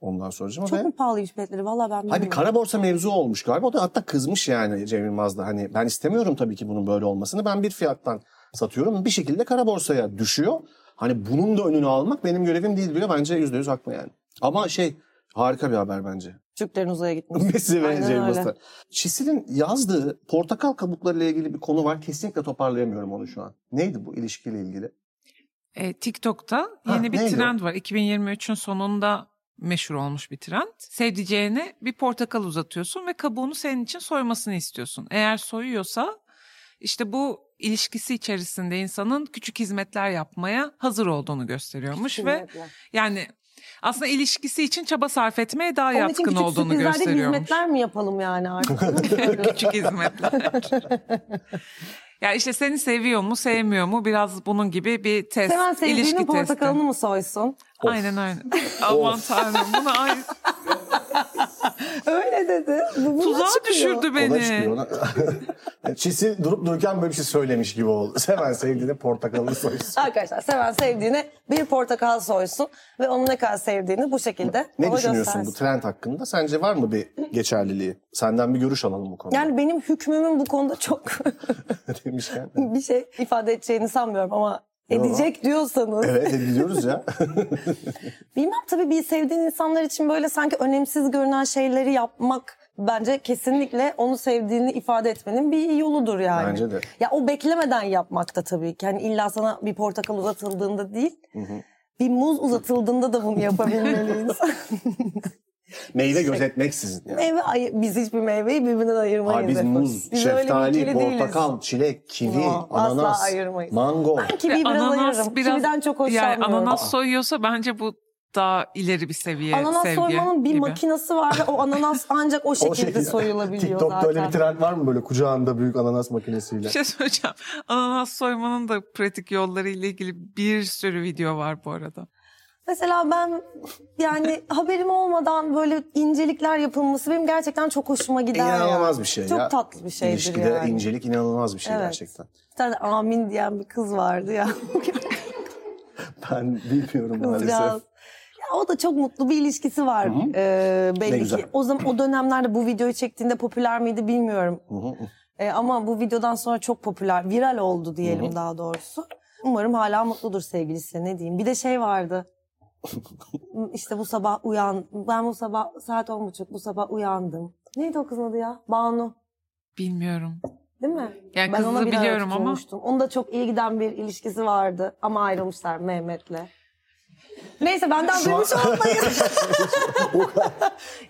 [SPEAKER 3] Ondan sonra
[SPEAKER 2] Çok mu pahalıymış biletleri? Valla ben
[SPEAKER 3] Hani bir
[SPEAKER 2] bilmiyorum.
[SPEAKER 3] kara borsa mevzu olmuş galiba. O da hatta kızmış yani Cem Yılmaz da. Hani ben istemiyorum tabii ki bunun böyle olmasını. Ben bir fiyattan satıyorum. Bir şekilde kara borsaya düşüyor. Hani bunun da önünü almak benim görevim değil diyor. Bence yüzde yüz haklı yani. Ama şey harika bir haber bence. [laughs]
[SPEAKER 2] Türklerin uzaya gitmesi.
[SPEAKER 3] Messi ve
[SPEAKER 2] Aynen
[SPEAKER 3] Cem
[SPEAKER 2] öyle.
[SPEAKER 3] Yılmaz'da. Çisil'in yazdığı portakal kabuklarıyla ilgili bir konu var. Kesinlikle toparlayamıyorum onu şu an. Neydi bu ilişkiyle ilgili?
[SPEAKER 4] E, TikTok'ta
[SPEAKER 3] Ha,
[SPEAKER 4] yeni bir
[SPEAKER 3] neydi
[SPEAKER 4] trend var. 2023'ün sonunda meşhur olmuş bir trend. Sevdiceğine bir portakal uzatıyorsun ve kabuğunu senin için soymasını istiyorsun. Eğer soyuyorsa işte bu ilişkisi içerisinde insanın küçük hizmetler yapmaya hazır olduğunu gösteriyormuş ve
[SPEAKER 2] Kesinlikle.
[SPEAKER 4] yani aslında ilişkisi için çaba sarf etmeye daha
[SPEAKER 2] Onun için
[SPEAKER 4] yatkın
[SPEAKER 2] küçük
[SPEAKER 4] olduğunu
[SPEAKER 2] sürprizlerde
[SPEAKER 4] gösteriyormuş.
[SPEAKER 2] hizmetler mi yapalım yani
[SPEAKER 3] [laughs]
[SPEAKER 2] artık?
[SPEAKER 4] küçük hizmetler.
[SPEAKER 2] [laughs]
[SPEAKER 4] ya işte seni seviyor mu, sevmiyor mu? Biraz bunun gibi bir test,
[SPEAKER 2] Seven sevdiğinin
[SPEAKER 4] ilişki testi.
[SPEAKER 2] portakalını mı soysun?
[SPEAKER 4] Aynen aynen. Aman tanrım bunu ay
[SPEAKER 2] Öyle dedi. Bu, buna
[SPEAKER 4] tuzağa
[SPEAKER 2] çıkıyor.
[SPEAKER 4] düşürdü
[SPEAKER 3] Ona
[SPEAKER 4] beni.
[SPEAKER 3] çıkıyor.
[SPEAKER 2] [laughs]
[SPEAKER 3] Ona... Çisil durup dururken böyle bir şey söylemiş gibi oldu. Seven sevdiğine portakalını soysun.
[SPEAKER 2] Arkadaşlar seven sevdiğine bir portakal soysun ve onu ne kadar sevdiğini bu şekilde
[SPEAKER 3] Ne
[SPEAKER 2] ona
[SPEAKER 3] düşünüyorsun bu
[SPEAKER 2] göstersin.
[SPEAKER 3] trend hakkında? Sence var mı bir geçerliliği? Senden bir görüş alalım bu konuda.
[SPEAKER 2] Yani benim hükmümün bu konuda çok
[SPEAKER 3] [laughs]
[SPEAKER 2] [laughs]
[SPEAKER 3] demişken.
[SPEAKER 2] bir şey ifade edeceğini sanmıyorum ama
[SPEAKER 3] Yo.
[SPEAKER 2] edecek diyorsanız.
[SPEAKER 3] Evet
[SPEAKER 2] [laughs]
[SPEAKER 3] biliyoruz ya.
[SPEAKER 2] Bilmem tabii bir sevdiğin insanlar için böyle sanki önemsiz görünen şeyleri yapmak bence kesinlikle onu sevdiğini ifade etmenin bir yoludur yani.
[SPEAKER 3] Bence de.
[SPEAKER 2] Ya o beklemeden yapmak da tabii ki. Yani illa sana bir portakal uzatıldığında değil. Bir muz uzatıldığında da bunu
[SPEAKER 3] [laughs]
[SPEAKER 2] yapabilmeliyiz.
[SPEAKER 3] Meyve
[SPEAKER 2] Şey-
[SPEAKER 3] gözetmeksizin yani.
[SPEAKER 2] Meyve ayı- biz hiçbir meyveyi birbirinden ayırmayız.
[SPEAKER 3] Abi biz
[SPEAKER 2] efendim.
[SPEAKER 3] muz,
[SPEAKER 2] Biz öyle bir
[SPEAKER 3] şeftali,
[SPEAKER 2] ikili değiliz.
[SPEAKER 3] portakal, çilek, kivi,
[SPEAKER 2] Yo, asla
[SPEAKER 3] ananas,
[SPEAKER 2] ayırmayız. [laughs]
[SPEAKER 3] mango.
[SPEAKER 2] Kiviyi biraz ayırırım. Kividen çok hoşlanmıyorum.
[SPEAKER 4] Yani ananas soyuyorsa bence bu daha ileri bir seviye
[SPEAKER 2] Ananas
[SPEAKER 4] e, sevgi
[SPEAKER 2] soymanın bir
[SPEAKER 4] gibi.
[SPEAKER 2] makinası var ve o ananas
[SPEAKER 3] [laughs]
[SPEAKER 2] ancak o şekilde,
[SPEAKER 3] şey
[SPEAKER 2] soyulabiliyor
[SPEAKER 5] TikTok'ta
[SPEAKER 2] zaten.
[SPEAKER 5] öyle bir trend var mı böyle kucağında büyük ananas makinesiyle?
[SPEAKER 4] Bir şey söyleyeceğim. Ananas soymanın da pratik yolları ile ilgili bir sürü video var bu arada.
[SPEAKER 2] Mesela ben yani [laughs] haberim olmadan böyle incelikler yapılması benim gerçekten çok hoşuma gider. ya.
[SPEAKER 3] İnanılmaz bir şey
[SPEAKER 2] Çok
[SPEAKER 3] ya.
[SPEAKER 2] tatlı bir şeydir
[SPEAKER 3] İlişkide
[SPEAKER 2] yani.
[SPEAKER 3] incelik inanılmaz bir şey
[SPEAKER 2] Evet.
[SPEAKER 3] gerçekten.
[SPEAKER 2] Bir tane amin diyen bir kız vardı ya.
[SPEAKER 3] Ben
[SPEAKER 2] Kızcağız.
[SPEAKER 3] bilmiyorum maalesef.
[SPEAKER 2] Ya o da çok mutlu bir ilişkisi var ee,
[SPEAKER 3] Ne
[SPEAKER 2] belli
[SPEAKER 3] güzel.
[SPEAKER 2] ki. O zaman o dönemlerde bu videoyu çektiğinde popüler miydi bilmiyorum. Ee, ama bu videodan sonra çok popüler, viral oldu diyelim daha doğrusu. Umarım hala mutludur sevgilisi ne diyeyim. Bir de şey
[SPEAKER 3] [laughs]
[SPEAKER 2] vardı. işte bu sabah uyan, ben bu sabah saat on buçuk bu sabah uyandım. Neydi o kızın adı ya? Banu.
[SPEAKER 4] Bilmiyorum.
[SPEAKER 2] Değil mi?
[SPEAKER 4] Yani
[SPEAKER 2] ben
[SPEAKER 4] kızı
[SPEAKER 2] ona bir ara
[SPEAKER 4] biliyorum ama-
[SPEAKER 2] tutulmuştum. Onun da çok iyi giden bir ilişkisi vardı. Ama ayrılmışlar Mehmet'le. Neyse benden duymuş olmayın.
[SPEAKER 3] [laughs]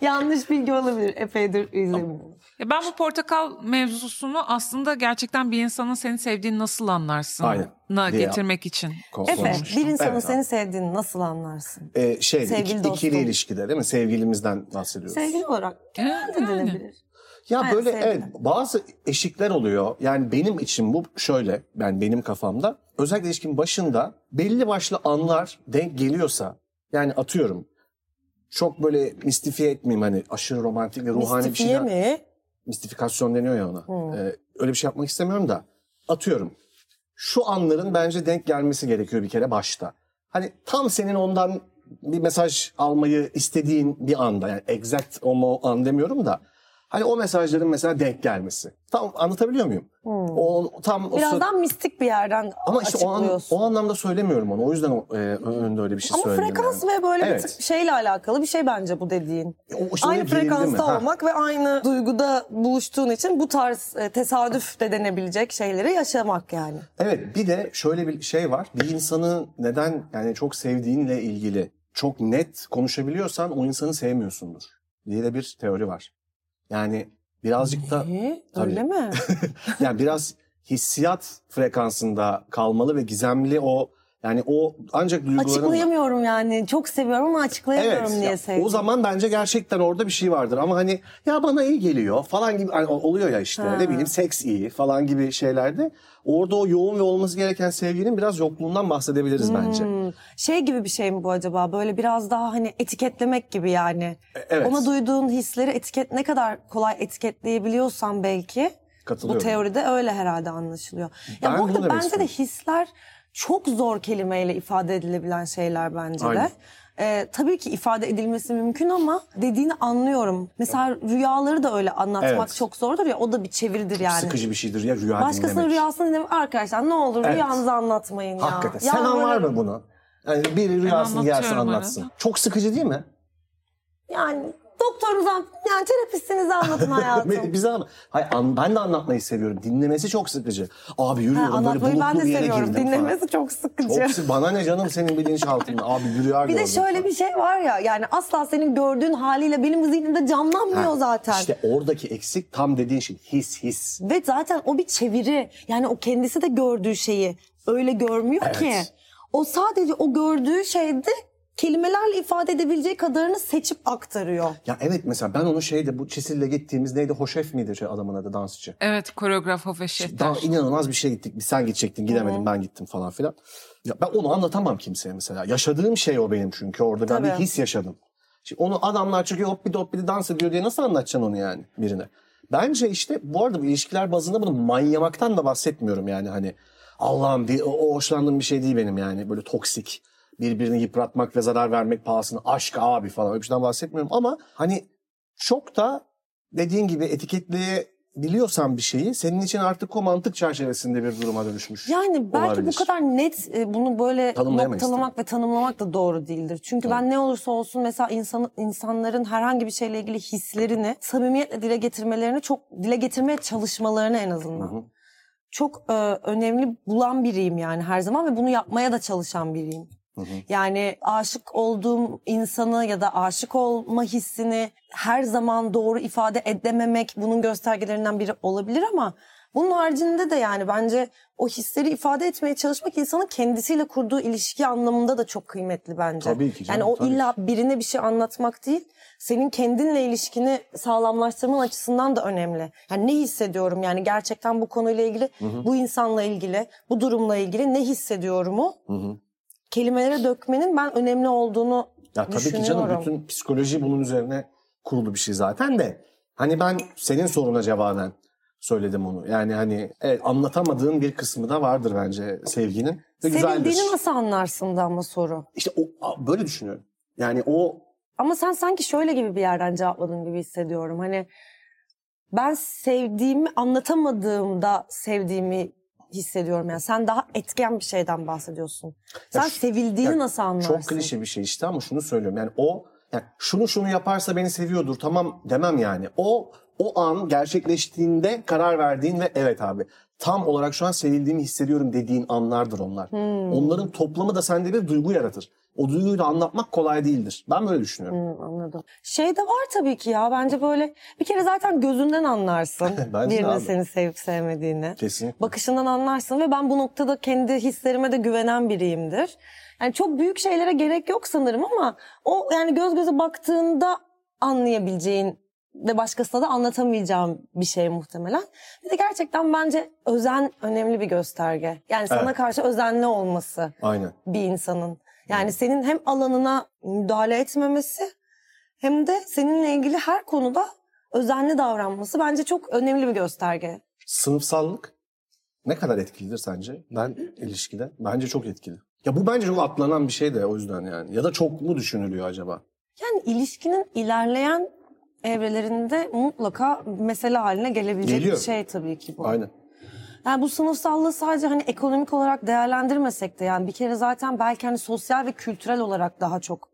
[SPEAKER 2] Yanlış bilgi olabilir. Epeydir izlemiyorum.
[SPEAKER 4] Ya ben bu portakal mevzusunu aslında gerçekten bir insanın seni sevdiğini nasıl anlarsın
[SPEAKER 3] Aynen.
[SPEAKER 4] na
[SPEAKER 3] Diye-
[SPEAKER 4] getirmek için.
[SPEAKER 2] Efe
[SPEAKER 3] Konuşmuştum.
[SPEAKER 2] bir insanın
[SPEAKER 3] Evet,
[SPEAKER 2] seni sevdiğini nasıl anlarsın?
[SPEAKER 3] Ee, şey,
[SPEAKER 2] Sevgili
[SPEAKER 3] iki-
[SPEAKER 2] dostum.
[SPEAKER 3] ikili ilişkide değil mi? Sevgilimizden bahsediyoruz.
[SPEAKER 2] Sevgili olarak
[SPEAKER 4] Yani.
[SPEAKER 2] ne denebilir?
[SPEAKER 3] Ya
[SPEAKER 1] Ben
[SPEAKER 3] böyle
[SPEAKER 1] sevdim.
[SPEAKER 3] evet bazı eşikler oluyor. Yani benim için bu şöyle ben benim kafamda özellikle ilişkin başında belli başlı anlar denk geliyorsa yani atıyorum çok böyle mistifiye etmeyeyim hani aşırı romantik ve ruhani bir
[SPEAKER 2] Mistifiye
[SPEAKER 3] şeyler.
[SPEAKER 2] mi?
[SPEAKER 3] Mistifikasyon deniyor ya ona. Ee, öyle bir şey yapmak istemiyorum da atıyorum. Şu anların bence denk gelmesi gerekiyor bir kere başta. Hani tam senin ondan bir mesaj almayı istediğin bir anda yani exact o mu o an demiyorum da hani o mesajların mesela denk gelmesi. Tam anlatabiliyor muyum? O tam o sıra-
[SPEAKER 2] Birazdan mistik bir yerden
[SPEAKER 3] ama işte o, an,
[SPEAKER 2] açıklıyorsun.
[SPEAKER 3] o anlamda söylemiyorum onu. O yüzden o, e, önde öyle bir şey
[SPEAKER 2] Ama
[SPEAKER 3] söyledim.
[SPEAKER 2] frekans
[SPEAKER 3] yani.
[SPEAKER 2] ve böyle
[SPEAKER 3] Evet.
[SPEAKER 2] bir tık şeyle alakalı bir şey bence bu dediğin.
[SPEAKER 3] O- işte
[SPEAKER 2] aynı
[SPEAKER 3] oraya girildi mi?
[SPEAKER 2] frekansta
[SPEAKER 3] Ha.
[SPEAKER 2] olmak ve aynı duyguda buluştuğun için bu tarz e, tesadüf de denebilecek şeyleri yaşamak yani.
[SPEAKER 3] Evet bir de şöyle bir şey var. Bir insanı neden yani çok sevdiğinle ilgili çok net konuşabiliyorsan o insanı sevmiyorsundur diye de bir teori var. Yani birazcık da
[SPEAKER 2] Ee,
[SPEAKER 3] Tabii.
[SPEAKER 2] öyle mi?
[SPEAKER 3] yani biraz hissiyat frekansında kalmalı ve gizemli o yani o ancak
[SPEAKER 2] [laughs]
[SPEAKER 3] duyguların
[SPEAKER 2] Açıklayamıyorum yani. Çok seviyorum ama açıklayamıyorum
[SPEAKER 3] Evet.
[SPEAKER 2] niye
[SPEAKER 3] ya
[SPEAKER 2] sevdim.
[SPEAKER 3] O zaman bence gerçekten orada bir şey vardır ama hani ya bana iyi geliyor falan gibi hani oluyor ya işte ne bileyim seks iyi falan gibi şeylerde orada o yoğun ve olması gereken sevginin biraz yokluğundan bahsedebiliriz bence.
[SPEAKER 2] Şey gibi bir şey mi bu acaba? Böyle biraz daha hani etiketlemek gibi yani.
[SPEAKER 3] E, evet.
[SPEAKER 2] Ona duyduğun hisleri etiket ne kadar kolay etiketleyebiliyorsan belki. Bu
[SPEAKER 3] Katılıyorum.
[SPEAKER 2] teoride öyle herhalde anlaşılıyor. Ya
[SPEAKER 3] Ben
[SPEAKER 2] bu
[SPEAKER 3] bunu
[SPEAKER 2] arada
[SPEAKER 3] demek
[SPEAKER 2] bence de
[SPEAKER 3] istiyorum.
[SPEAKER 2] hisler çok zor kelimeyle ifade edilebilen şeyler bence
[SPEAKER 3] Aynen.
[SPEAKER 2] de. Ee, tabii ki ifade edilmesi mümkün ama dediğini anlıyorum. Mesela rüyaları da öyle anlatmak
[SPEAKER 3] Evet.
[SPEAKER 2] çok zordur ya o da bir çeviridir yani.
[SPEAKER 3] Sıkıcı bir şeydir ya rüya
[SPEAKER 2] Başkasının
[SPEAKER 3] dinlemek.
[SPEAKER 2] rüyasını dinlemek arkadaşlar ne olur
[SPEAKER 3] Evet.
[SPEAKER 2] rüyanızı anlatmayın ya.
[SPEAKER 3] Hakikaten.
[SPEAKER 2] Ya
[SPEAKER 3] Senan var
[SPEAKER 2] böyle-
[SPEAKER 3] mı bunu? Yani biri rüyasını gelsin
[SPEAKER 4] anlatıyorum
[SPEAKER 3] anlatsın.
[SPEAKER 4] arada.
[SPEAKER 3] Çok sıkıcı değil mi?
[SPEAKER 2] Yani doktorunuza yani terapistinize
[SPEAKER 3] [laughs]
[SPEAKER 2] anlatın hayatım.
[SPEAKER 3] Bize ama hayır, an- ben de anlatmayı seviyorum. Dinlemesi çok sıkıcı. Abi
[SPEAKER 2] Ha,
[SPEAKER 3] yürüyorum böyle
[SPEAKER 2] anlatmayı
[SPEAKER 3] bulutlu
[SPEAKER 2] ben de
[SPEAKER 3] bir yere
[SPEAKER 2] seviyorum.
[SPEAKER 3] girdim
[SPEAKER 2] Dinlemesi
[SPEAKER 3] falan.
[SPEAKER 2] çok sıkıcı.
[SPEAKER 3] Çok sı- bana ne canım senin bir altında. Abi rüya
[SPEAKER 2] Bir de şöyle bir şey var ya yani asla senin gördüğün haliyle benim zihnimde canlanmıyor zaten.
[SPEAKER 3] İşte oradaki eksik tam dediğin şey his his.
[SPEAKER 2] Ve zaten o bir çeviri. Yani o kendisi de gördüğü şeyi öyle görmüyor
[SPEAKER 3] Evet.
[SPEAKER 2] ki. O sadece o gördüğü şeyde kelimelerle ifade edebileceği kadarını seçip aktarıyor.
[SPEAKER 3] Ya evet mesela ben onu şeyde bu Çisil'le gittiğimiz neydi Hoşef miydi şey adamın adı dansçı.
[SPEAKER 4] Evet koreograf Hofeşet.
[SPEAKER 3] Daha inanılmaz bir şey gittik. Bir sen gidecektin gidemedim ben gittim falan filan. Ya ben onu anlatamam kimseye mesela. Yaşadığım şey o benim çünkü orada ben
[SPEAKER 2] Tabii.
[SPEAKER 3] bir his yaşadım. Şimdi onu adamlar çıkıyor hop bir de hop bir de dans ediyor diye nasıl anlatacaksın onu yani birine? Bence işte bu arada bu ilişkiler bazında bunu manyamaktan da bahsetmiyorum yani hani Allah'ım diye o- o hoşlandığım bir şey değil benim yani böyle toksik birbirini yıpratmak ve zarar vermek pahasına aşk abi falan öyle bir şeyden bahsetmiyorum ama hani çok da dediğin gibi etiketleyebiliyorsan bir şeyi senin için artık o mantık çerçevesinde bir duruma dönüşmüş.
[SPEAKER 2] Yani belki
[SPEAKER 3] olabilir.
[SPEAKER 2] bu kadar net e, bunu böyle
[SPEAKER 3] Tanımlayamayız
[SPEAKER 2] noktalamak ve tanımlamak da doğru değildir. Çünkü ben ne olursa olsun mesela insan, insanların herhangi bir şeyle ilgili hislerini samimiyetle dile getirmelerini çok dile getirmeye çalışmalarını en azından. Çok e, önemli bulan biriyim yani her zaman ve bunu yapmaya da çalışan biriyim. Yani aşık olduğum insanı ya da aşık olma hissini her zaman doğru ifade edememek bunun göstergelerinden biri olabilir ama bunun haricinde de yani bence o hisleri ifade etmeye çalışmak insanın kendisiyle kurduğu ilişki anlamında da çok kıymetli bence.
[SPEAKER 3] Tabii ki canım,
[SPEAKER 2] yani o
[SPEAKER 3] tabii
[SPEAKER 2] illa birine bir şey anlatmak değil, senin kendinle ilişkini sağlamlaştırman açısından da önemli. Yani ne hissediyorum yani gerçekten bu konuyla ilgili, bu insanla ilgili, bu durumla ilgili ne hissediyorumu kelimelere dökmenin ben önemli olduğunu
[SPEAKER 3] Ya tabii ki canım
[SPEAKER 2] Düşünüyorum.
[SPEAKER 3] bütün psikoloji bunun üzerine kurulu bir şey zaten de. Hani ben senin soruna cevaben söyledim onu. Yani hani evet, anlatamadığın bir kısmı da vardır bence sevginin. Ve güzeldir.
[SPEAKER 2] Sevildiğini nasıl anlarsın da ama soru.
[SPEAKER 3] İşte o, a- böyle düşünüyorum. Yani o
[SPEAKER 2] Ama sen sanki şöyle gibi bir yerden cevapladın gibi hissediyorum. Hani ben sevdiğimi anlatamadığımda sevdiğimi hissediyorum. Yani sen daha etken bir şeyden bahsediyorsun. Sen
[SPEAKER 3] şu-
[SPEAKER 2] sevildiğini
[SPEAKER 3] ya
[SPEAKER 2] nasıl anlarsın?
[SPEAKER 3] çok klişe bir şey işte ama şunu söylüyorum. Yani o yani şunu şunu yaparsa beni seviyordur tamam demem yani. O o an gerçekleştiğinde karar verdiğin ve evet abi tam olarak şu an sevildiğimi hissediyorum dediğin anlardır onlar. Onların toplamı da sende bir duygu yaratır. O duyguyu da anlatmak kolay değildir. Ben böyle düşünüyorum.
[SPEAKER 2] Hı, anladım. Şey de var tabii ki ya bence böyle bir kere zaten gözünden anlarsın
[SPEAKER 3] [laughs] Bence de
[SPEAKER 2] birinin
[SPEAKER 3] abi.
[SPEAKER 2] seni sevip sevmediğini.
[SPEAKER 3] Kesinlikle.
[SPEAKER 2] Bakışından anlarsın ve ben bu noktada kendi hislerime de güvenen biriyimdir. Yani çok büyük şeylere gerek yok sanırım ama o yani göz göze baktığında anlayabileceğin ve başkasına da anlatamayacağım bir şey muhtemelen. Bir de gerçekten bence özen önemli bir gösterge. Yani sana
[SPEAKER 3] Evet.
[SPEAKER 2] karşı özenli olması
[SPEAKER 3] Aynen.
[SPEAKER 2] bir insanın. Yani senin hem alanına müdahale etmemesi hem de seninle ilgili her konuda özenli davranması bence çok önemli bir gösterge.
[SPEAKER 3] Sınıfsallık ne kadar etkilidir sence? Ben ilişkide. Bence çok etkili. Ya bu bence çok atlanan bir şey de o yüzden yani. Ya da çok mu düşünülüyor acaba?
[SPEAKER 2] Yani ilişkinin ilerleyen evrelerinde mutlaka mesele haline gelebilecek
[SPEAKER 3] Geliyor.
[SPEAKER 2] bir şey tabii ki bu.
[SPEAKER 3] Aynen.
[SPEAKER 2] Yani bu sınıfsallığı sadece hani ekonomik olarak değerlendirmesek de yani bir kere zaten belki hani sosyal ve kültürel olarak daha çok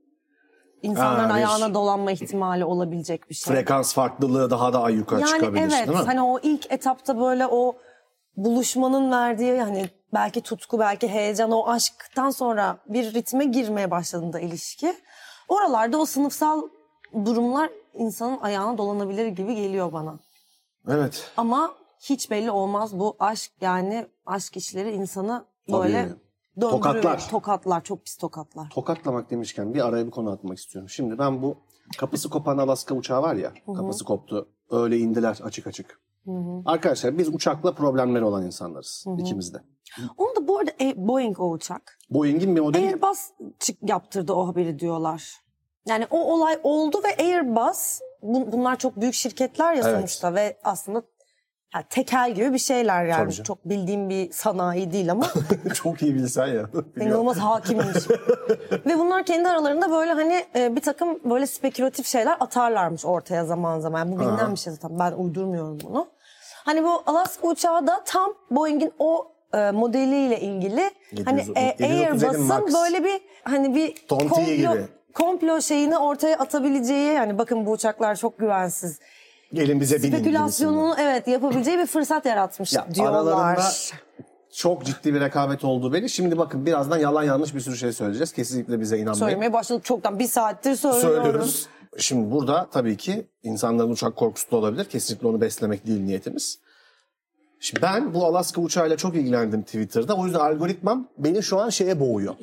[SPEAKER 2] insanların
[SPEAKER 3] Ha, bir-
[SPEAKER 2] ayağına dolanma ihtimali olabilecek bir şey.
[SPEAKER 3] Frekans farklılığı daha da ay yukarı
[SPEAKER 2] yani
[SPEAKER 3] çıkabilir
[SPEAKER 2] evet
[SPEAKER 3] değil mi?
[SPEAKER 2] hani o ilk etapta böyle o buluşmanın verdiği hani belki tutku belki heyecan o aşktan sonra bir ritme girmeye başladığında ilişki oralarda o sınıfsal durumlar insanın ayağına dolanabilir gibi geliyor bana.
[SPEAKER 3] Evet.
[SPEAKER 2] Ama hiç belli olmaz bu aşk yani aşk işleri insanı
[SPEAKER 3] Tabii.
[SPEAKER 2] böyle döndürüyor.
[SPEAKER 3] Tokatlar.
[SPEAKER 2] Tokatlar çok pis tokatlar.
[SPEAKER 3] Tokatlamak demişken bir araya bir konu atmak istiyorum. Şimdi ben bu kapısı kopan Alaska uçağı var ya. Kapısı koptu. Öyle indiler açık açık. Arkadaşlar biz uçakla problemleri olan insanlarız. ikimiz de.
[SPEAKER 2] Onu da bu arada e, Boeing o uçak.
[SPEAKER 3] Boeing'in bir modeli.
[SPEAKER 2] Airbus çık yaptırdı o haberi diyorlar. Yani o olay oldu ve Airbus bu- bunlar çok büyük şirketler ya
[SPEAKER 3] Evet.
[SPEAKER 2] sonuçta ve aslında ya tekel gibi bir şeyler
[SPEAKER 3] Tabii
[SPEAKER 2] yani.
[SPEAKER 3] canım.
[SPEAKER 2] Çok bildiğim bir sanayi değil ama
[SPEAKER 3] [laughs] çok iyi bilsen ya. Biliyorum.
[SPEAKER 2] İnanılmaz hakimmiş. Ve bunlar kendi aralarında böyle hani e, bir takım böyle spekülatif şeyler atarlarmış ortaya zaman zaman. Yani bu bilinen bir şey zaten ben uydurmuyorum bunu. Hani bu Alaska uçağı da tam Boeing'in o e, modeliyle ilgili hani
[SPEAKER 3] 700
[SPEAKER 2] e,
[SPEAKER 5] 737 Max.
[SPEAKER 2] Airbus'un böyle bir hani bir
[SPEAKER 5] Tontiği
[SPEAKER 2] komplo,
[SPEAKER 5] gibi.
[SPEAKER 2] komplo şeyini ortaya atabileceği yani bakın bu uçaklar çok güvensiz.
[SPEAKER 5] Gelin bize binin.
[SPEAKER 2] Spekülasyonunu evet yapabileceği bir fırsat yaratmış
[SPEAKER 3] Ya aralarında
[SPEAKER 2] diyorlar.
[SPEAKER 3] çok ciddi bir rekabet olduğu belli. Şimdi bakın birazdan yalan yanlış bir sürü şey söyleyeceğiz. Kesinlikle bize inanmayın.
[SPEAKER 2] Söylemeye başladık çoktan bir saattir söylüyoruz.
[SPEAKER 3] Söylüyoruz. Şimdi burada tabii ki insanların uçak korkusu da olabilir. Kesinlikle onu beslemek değil niyetimiz. Şimdi ben bu Alaska uçağıyla çok ilgilendim Twitter'da. O yüzden algoritmam beni şu an şeye boğuyor.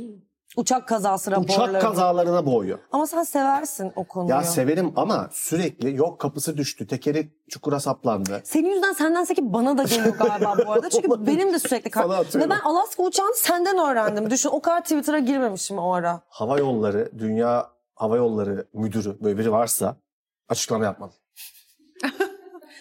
[SPEAKER 2] Uçak kazası raporları.
[SPEAKER 3] Uçak kazalarına boğuyor.
[SPEAKER 2] Ama sen seversin o konuyu.
[SPEAKER 3] Ya severim ama sürekli yok kapısı düştü, tekeri çukura saplandı.
[SPEAKER 2] Senin yüzünden senden seki bana da geliyor galiba bu arada.
[SPEAKER 3] [laughs]
[SPEAKER 2] Çünkü benim de sürekli
[SPEAKER 3] Sana
[SPEAKER 2] kar-
[SPEAKER 3] atıyorum.
[SPEAKER 2] Ve ben Alaska uçağını senden öğrendim. Düşün o kadar Twitter'a girmemişim o ara.
[SPEAKER 3] Hava Yolları, Dünya Hava Yolları müdürü böyle biri varsa açıklama yapmalı.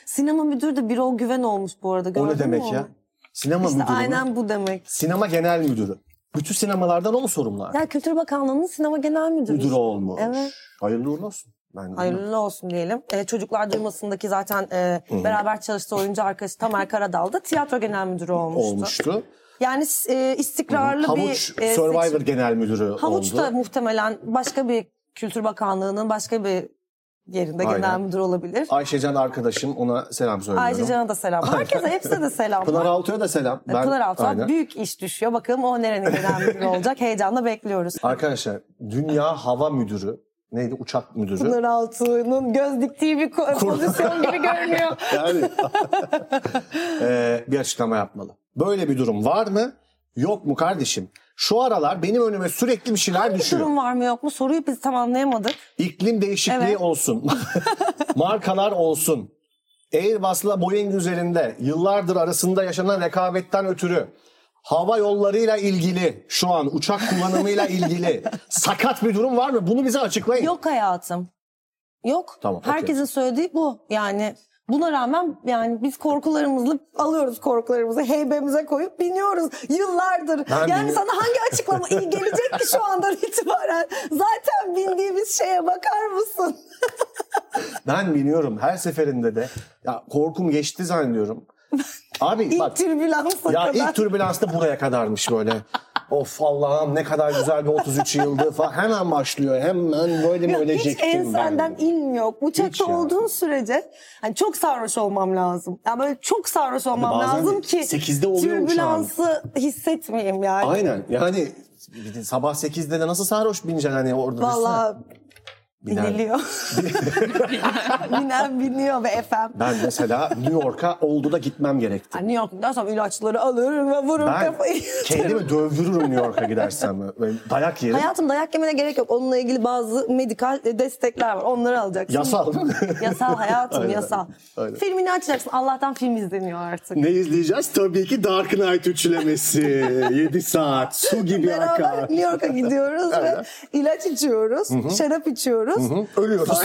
[SPEAKER 2] Sinema müdürü de Birol Güven olmuş bu arada.
[SPEAKER 3] O
[SPEAKER 2] Gördün
[SPEAKER 3] ne demek
[SPEAKER 2] mü
[SPEAKER 3] ya?
[SPEAKER 2] onu?
[SPEAKER 3] Sinema
[SPEAKER 2] İşte
[SPEAKER 3] müdürü mü?
[SPEAKER 2] aynen bu demek.
[SPEAKER 3] Sinema genel müdürü. Bütün sinemalardan o mu sorumlu? artık?
[SPEAKER 2] Ya Kültür Bakanlığı'nın sinema genel müdürü.
[SPEAKER 3] Müdürü olmuş.
[SPEAKER 2] Evet.
[SPEAKER 3] Hayırlı uğurlu olsun. Ben Hayırlı.
[SPEAKER 2] Hayırlı olsun diyelim. Ee, çocuklar duymasındaki zaten e, beraber çalıştığı oyuncu arkadaşı Tamer Karadal da tiyatro genel müdürü olmuştu.
[SPEAKER 3] olmuştu.
[SPEAKER 2] Yani e, istikrarlı
[SPEAKER 3] Havuç
[SPEAKER 2] bir... e,
[SPEAKER 3] Survivor
[SPEAKER 2] seçim-
[SPEAKER 3] genel müdürü
[SPEAKER 2] Havuç
[SPEAKER 3] oldu.
[SPEAKER 2] da muhtemelen başka bir Kültür Bakanlığı'nın başka bir yerinde
[SPEAKER 3] Aynen.
[SPEAKER 2] genel müdür olabilir.
[SPEAKER 3] Ayşecan arkadaşım ona selam söylüyorum.
[SPEAKER 2] Ayşe Can'a da selam. Herkese hepsine de selam.
[SPEAKER 3] Pınar Altuğ'a da selam. Ben-
[SPEAKER 2] Pınar Altuğ'a
[SPEAKER 3] Aynen.
[SPEAKER 2] büyük iş düşüyor. Bakalım o nerenin genel müdürü
[SPEAKER 3] [laughs]
[SPEAKER 2] olacak. Heyecanla bekliyoruz.
[SPEAKER 3] Arkadaşlar dünya hava müdürü neydi uçak müdürü.
[SPEAKER 2] Pınar Altuğ'un göz diktiği bir ko- pozisyon gibi görünüyor.
[SPEAKER 3] Yani [laughs] Ee, bir açıklama yapmalı. Böyle bir durum var mı? Yok mu kardeşim? Şu aralar benim önüme sürekli bir şeyler
[SPEAKER 2] Bir
[SPEAKER 3] düşüyor.
[SPEAKER 2] durum var mı yok mu? Soruyu biz tamamlayamadık.
[SPEAKER 3] İklim değişikliği
[SPEAKER 2] Evet.
[SPEAKER 3] olsun. [laughs] Markalar olsun. Airbus'la Boeing üzerinde yıllardır arasında yaşanan rekabetten ötürü hava yollarıyla ilgili şu an uçak
[SPEAKER 2] [laughs]
[SPEAKER 3] kullanımıyla ilgili sakat bir durum var mı? Bunu bize açıklayın.
[SPEAKER 2] Yok hayatım. Yok.
[SPEAKER 3] Tamam, okey.
[SPEAKER 2] Herkesin söylediği bu. Yani buna rağmen yani biz korkularımızla alıyoruz korkularımızı heybemize koyup biniyoruz yıllardır.
[SPEAKER 3] Ben
[SPEAKER 2] yani
[SPEAKER 3] bini-
[SPEAKER 2] sana hangi açıklama iyi gelecek ki şu andan itibaren? Zaten bindiğimiz şeye bakar mısın?
[SPEAKER 3] Ben biniyorum her seferinde de ya korkum
[SPEAKER 2] [laughs]
[SPEAKER 3] geçti zannediyorum. Abi
[SPEAKER 2] İlk
[SPEAKER 3] bak
[SPEAKER 2] türbülansa
[SPEAKER 3] ya
[SPEAKER 2] kadar.
[SPEAKER 3] ilk türbülans da buraya kadarmış böyle. Of Allah'ım ne kadar güzel bir 33 yıldı falan. Hemen başlıyor. Hemen böyle mi
[SPEAKER 2] Yok, hiç
[SPEAKER 3] ölecektim
[SPEAKER 2] ensenden
[SPEAKER 3] ben?
[SPEAKER 2] in yok.
[SPEAKER 3] Hiç
[SPEAKER 2] Uçakta
[SPEAKER 3] ya.
[SPEAKER 2] olduğun sürece hani çok sarhoş olmam lazım. Yani böyle çok sarhoş olmam
[SPEAKER 3] bazen
[SPEAKER 2] lazım ki
[SPEAKER 3] sekizde oluyor uçağın.
[SPEAKER 2] türbülansı hissetmeyeyim yani.
[SPEAKER 3] Aynen yani bir de sabah 8'de de nasıl sarhoş bineceksin hani orada.
[SPEAKER 2] Valla
[SPEAKER 3] Biner- [laughs]
[SPEAKER 2] Biniliyor. Binen biniyor ve efendim.
[SPEAKER 3] Ben mesela New York'a oldu da gitmem gerekti.
[SPEAKER 2] Yani New York'tan sonra ilaçları alırım ve vururum
[SPEAKER 3] Ben
[SPEAKER 2] kafayı.
[SPEAKER 3] kendimi dövdürürüm New York'a gidersem. Böyle Dayak
[SPEAKER 2] [laughs]
[SPEAKER 3] yerim.
[SPEAKER 2] Hayatım dayak yemene gerek yok. Onunla ilgili bazı medikal e, destekler var. Onları alacaksın.
[SPEAKER 3] Yasal.
[SPEAKER 2] [laughs]
[SPEAKER 3] [laughs]
[SPEAKER 2] Yasal hayatım
[SPEAKER 3] Aynen,
[SPEAKER 2] yasal.
[SPEAKER 3] aynen.
[SPEAKER 2] Filmini açacaksın. Allah'tan film izleniyor artık.
[SPEAKER 5] Ne izleyeceğiz? Tabii ki Dark Knight
[SPEAKER 2] [laughs]
[SPEAKER 5] üçlemesi. 7 saat. Su gibi
[SPEAKER 2] Beraber [laughs]
[SPEAKER 5] akar.
[SPEAKER 2] New York'a gidiyoruz ve ilaç içiyoruz, şarap içiyoruz. [laughs]
[SPEAKER 3] Ölüyoruz.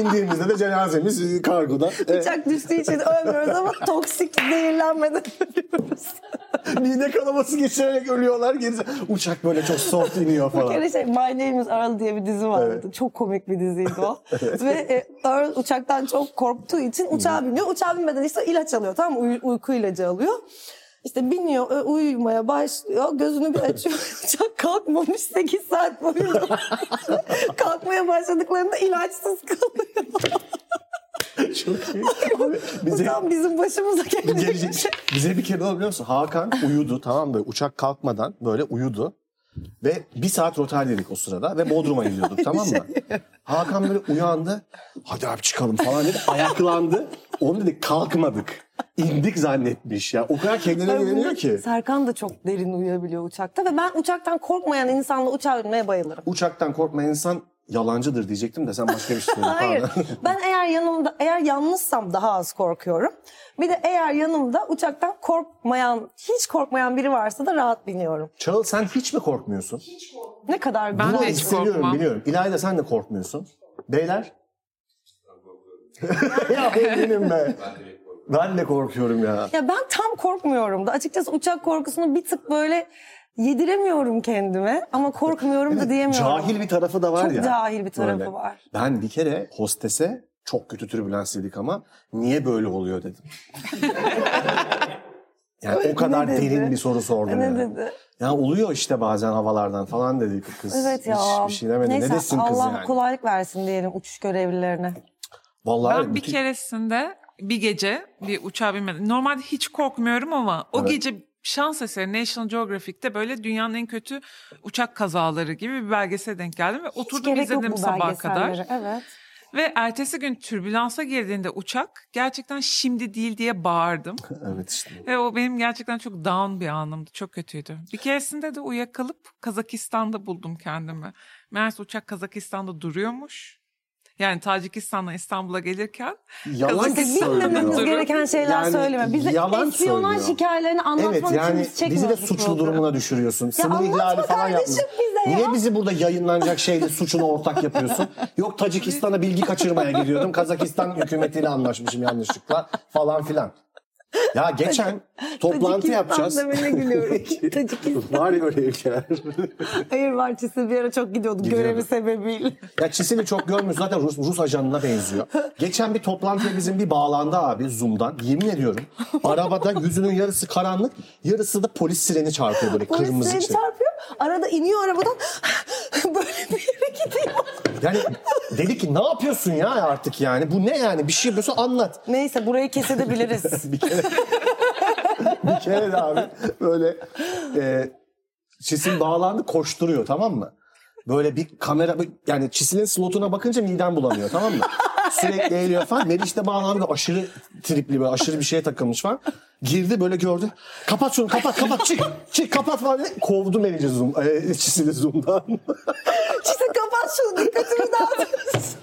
[SPEAKER 3] İndiğimizde de cenazemiz
[SPEAKER 2] [laughs]
[SPEAKER 3] e, kargoda. Evet.
[SPEAKER 2] Bıçak düştüğü için ölmüyoruz ama toksik zehirlenmeden ölüyoruz.
[SPEAKER 3] Mide E, kanaması geçirerek ölüyorlar. Gerisi. Uçak böyle çok soft iniyor
[SPEAKER 2] [laughs] Bir
[SPEAKER 3] falan.
[SPEAKER 2] kere şey My Name is Earl diye bir dizi vardı. Çok komik bir diziydi
[SPEAKER 3] [laughs]
[SPEAKER 2] o. Ve e, Earl uçaktan çok korktuğu için uçağa biniyor. Uçağa binmeden işte ilaç alıyor tamam mı? Uy- uyku ilacı alıyor. İşte biniyor e, uyumaya başlıyor. Gözünü bir açıyor.
[SPEAKER 3] [laughs]
[SPEAKER 2] Uçak kalkmamış 8 saat boyunca. Kalkmaya başladıklarında ilaçsız kalıyor. [laughs]
[SPEAKER 3] Çok iyi. Abi, bize,
[SPEAKER 2] Ulan bizim başımıza gelecek bir
[SPEAKER 3] gelecek,
[SPEAKER 2] şey.
[SPEAKER 3] bize bir kere ne oldu biliyor musun? Hakan uyudu tamam mı? Uçak kalkmadan böyle uyudu. Ve bir saat rotar dedik o sırada ve
[SPEAKER 2] [laughs]
[SPEAKER 3] Bodrum'a iniyorduk tamam mı? Hakan böyle uyandı. Hadi abi çıkalım falan dedi. Ayaklandı. Onu dedik kalkmadık. İndik zannetmiş ya. O kadar kendine
[SPEAKER 2] Ay,
[SPEAKER 3] güveniyor
[SPEAKER 2] bunu-
[SPEAKER 3] ki.
[SPEAKER 2] Serkan da çok derin uyuyabiliyor uçakta ve ben uçaktan korkmayan insanla uçağa binmeye bayılırım.
[SPEAKER 3] Uçaktan korkmayan insan yalancıdır diyecektim de sen başka bir şey söyledin.
[SPEAKER 2] Hayır.
[SPEAKER 3] Pardon. [laughs]
[SPEAKER 2] Ben eğer yanımda eğer yalnızsam daha az korkuyorum. Bir de eğer yanımda uçaktan korkmayan, hiç korkmayan biri varsa da rahat biniyorum.
[SPEAKER 3] Çağıl sen hiç mi korkmuyorsun?
[SPEAKER 2] Ne kadar
[SPEAKER 4] Ben
[SPEAKER 2] güzel.
[SPEAKER 4] de hiç
[SPEAKER 3] Biliyorum,
[SPEAKER 4] korkmam.
[SPEAKER 3] biliyorum. İlayda sen de korkmuyorsun. Beyler? [laughs] ya eminim be. Ben de korkuyorum ya.
[SPEAKER 2] Ya ben tam korkmuyorum da açıkçası uçak korkusunu bir tık böyle yediremiyorum kendime ama korkmuyorum da diyemiyorum.
[SPEAKER 3] Cahil bir tarafı da var
[SPEAKER 2] Çok
[SPEAKER 3] ya.
[SPEAKER 2] cahil bir tarafı
[SPEAKER 3] Böyle.
[SPEAKER 2] var.
[SPEAKER 3] Ben bir kere hostese çok kötü türbülans dedik ama niye böyle
[SPEAKER 2] [laughs]
[SPEAKER 3] oluyor dedim. yani o kadar
[SPEAKER 2] Ne dedi?
[SPEAKER 3] derin bir soru sordum.
[SPEAKER 2] Ne
[SPEAKER 3] yani.
[SPEAKER 2] dedi?
[SPEAKER 3] Ya oluyor işte bazen havalardan falan dedi kız.
[SPEAKER 2] Evet ya.
[SPEAKER 3] Hiç bir şey demedi.
[SPEAKER 2] Neyse,
[SPEAKER 3] ne desin
[SPEAKER 2] Allah
[SPEAKER 3] kız yani?
[SPEAKER 2] kolaylık versin diyelim uçuş görevlilerine.
[SPEAKER 3] Vallahi
[SPEAKER 4] Ben bir
[SPEAKER 3] bütün-
[SPEAKER 4] keresinde bir gece bir uçağa binmedim. Normalde hiç korkmuyorum ama o
[SPEAKER 3] Evet.
[SPEAKER 4] gece şans eseri National Geographic'te böyle dünyanın en kötü uçak kazaları gibi bir belgesele denk geldim ve
[SPEAKER 2] Hiç
[SPEAKER 4] oturdum
[SPEAKER 2] gerek yok bu
[SPEAKER 4] izledim sabaha kadar.
[SPEAKER 2] belgesellere. Evet.
[SPEAKER 4] Ve ertesi gün türbülansa girdiğinde uçak gerçekten şimdi değil diye bağırdım.
[SPEAKER 3] Evet işte.
[SPEAKER 4] Ve o benim gerçekten çok down bir anımdı. Çok kötüydü. Bir keresinde de uyuyakalıp Kazakistan'da buldum kendimi. Meğerse uçak Kazakistan'da duruyormuş. Yani Tacikistan'dan İstanbul'a gelirken
[SPEAKER 3] Yalan
[SPEAKER 4] Kazakistan-
[SPEAKER 2] Biz
[SPEAKER 3] söylüyor.
[SPEAKER 2] bilmememiz
[SPEAKER 4] Doğru.
[SPEAKER 2] gereken şeyler
[SPEAKER 3] Yani
[SPEAKER 2] söyleme. Bize
[SPEAKER 3] yalan
[SPEAKER 2] espiyonaj
[SPEAKER 3] söylüyor.
[SPEAKER 2] hikayelerini anlatman
[SPEAKER 3] Evet
[SPEAKER 2] için
[SPEAKER 3] yani bizi de
[SPEAKER 2] çekmiyoruz bu
[SPEAKER 3] suçlu
[SPEAKER 2] programı.
[SPEAKER 3] durumuna düşürüyorsun. Sınır
[SPEAKER 2] anlatma
[SPEAKER 3] ihlali falan
[SPEAKER 2] kardeşim
[SPEAKER 3] yapmışsın.
[SPEAKER 2] bize ya.
[SPEAKER 3] Niye bizi burada yayınlanacak şeyle suçunu ortak yapıyorsun? Yok Tacikistan'a bilgi kaçırmaya gidiyordum. Kazakistan hükümetiyle anlaşmışım yanlışlıkla falan filan. Ya geçen toplantı
[SPEAKER 2] Tacikistan
[SPEAKER 3] yapacağız.
[SPEAKER 2] demene
[SPEAKER 3] [laughs]
[SPEAKER 2] gülüyorum. Tacikistan.
[SPEAKER 3] Var ya öyle ülkeler.
[SPEAKER 2] Hayır var Çisil bir ara çok gidiyordu
[SPEAKER 3] Gidiyordu.
[SPEAKER 2] görevi sebebiyle.
[SPEAKER 3] Ya Çisil'i çok görmüyoruz zaten Rus, Rus ajanına benziyor. Geçen bir toplantıya bizim bir bağlandı abi Zoom'dan. Yemin ediyorum arabada yüzünün yarısı karanlık yarısı da polis sireni çarpıyor böyle
[SPEAKER 2] Polis
[SPEAKER 3] kırmızı
[SPEAKER 2] seni
[SPEAKER 3] şey.
[SPEAKER 2] çarpıyor. Arada iniyor arabadan. [laughs] böyle bir yere gidiyor.
[SPEAKER 3] Yani dedi ki ne yapıyorsun ya artık yani bu ne yani bir şey yapıyorsa anlat.
[SPEAKER 2] Neyse burayı [laughs] kesebiliriz.
[SPEAKER 3] Bir kere, [laughs] bir kere de abi böyle e, Çisil bağlandı koşturuyor tamam mı? Böyle bir kamera yani Çisil'in slotuna bakınca midem bulanıyor tamam mı? Sürekli eğiliyor falan. Meriç de bağlandı aşırı tripli böyle aşırı bir şeye takılmış falan. Girdi böyle gördü. Kapat şunu kapat kapat çık çık kapat falan dedi. Kovdu Meriç'i zoom, e, Çisil'i zoom'dan.
[SPEAKER 2] Çisil kapat şunu dikkatimi dağıtıyorsun.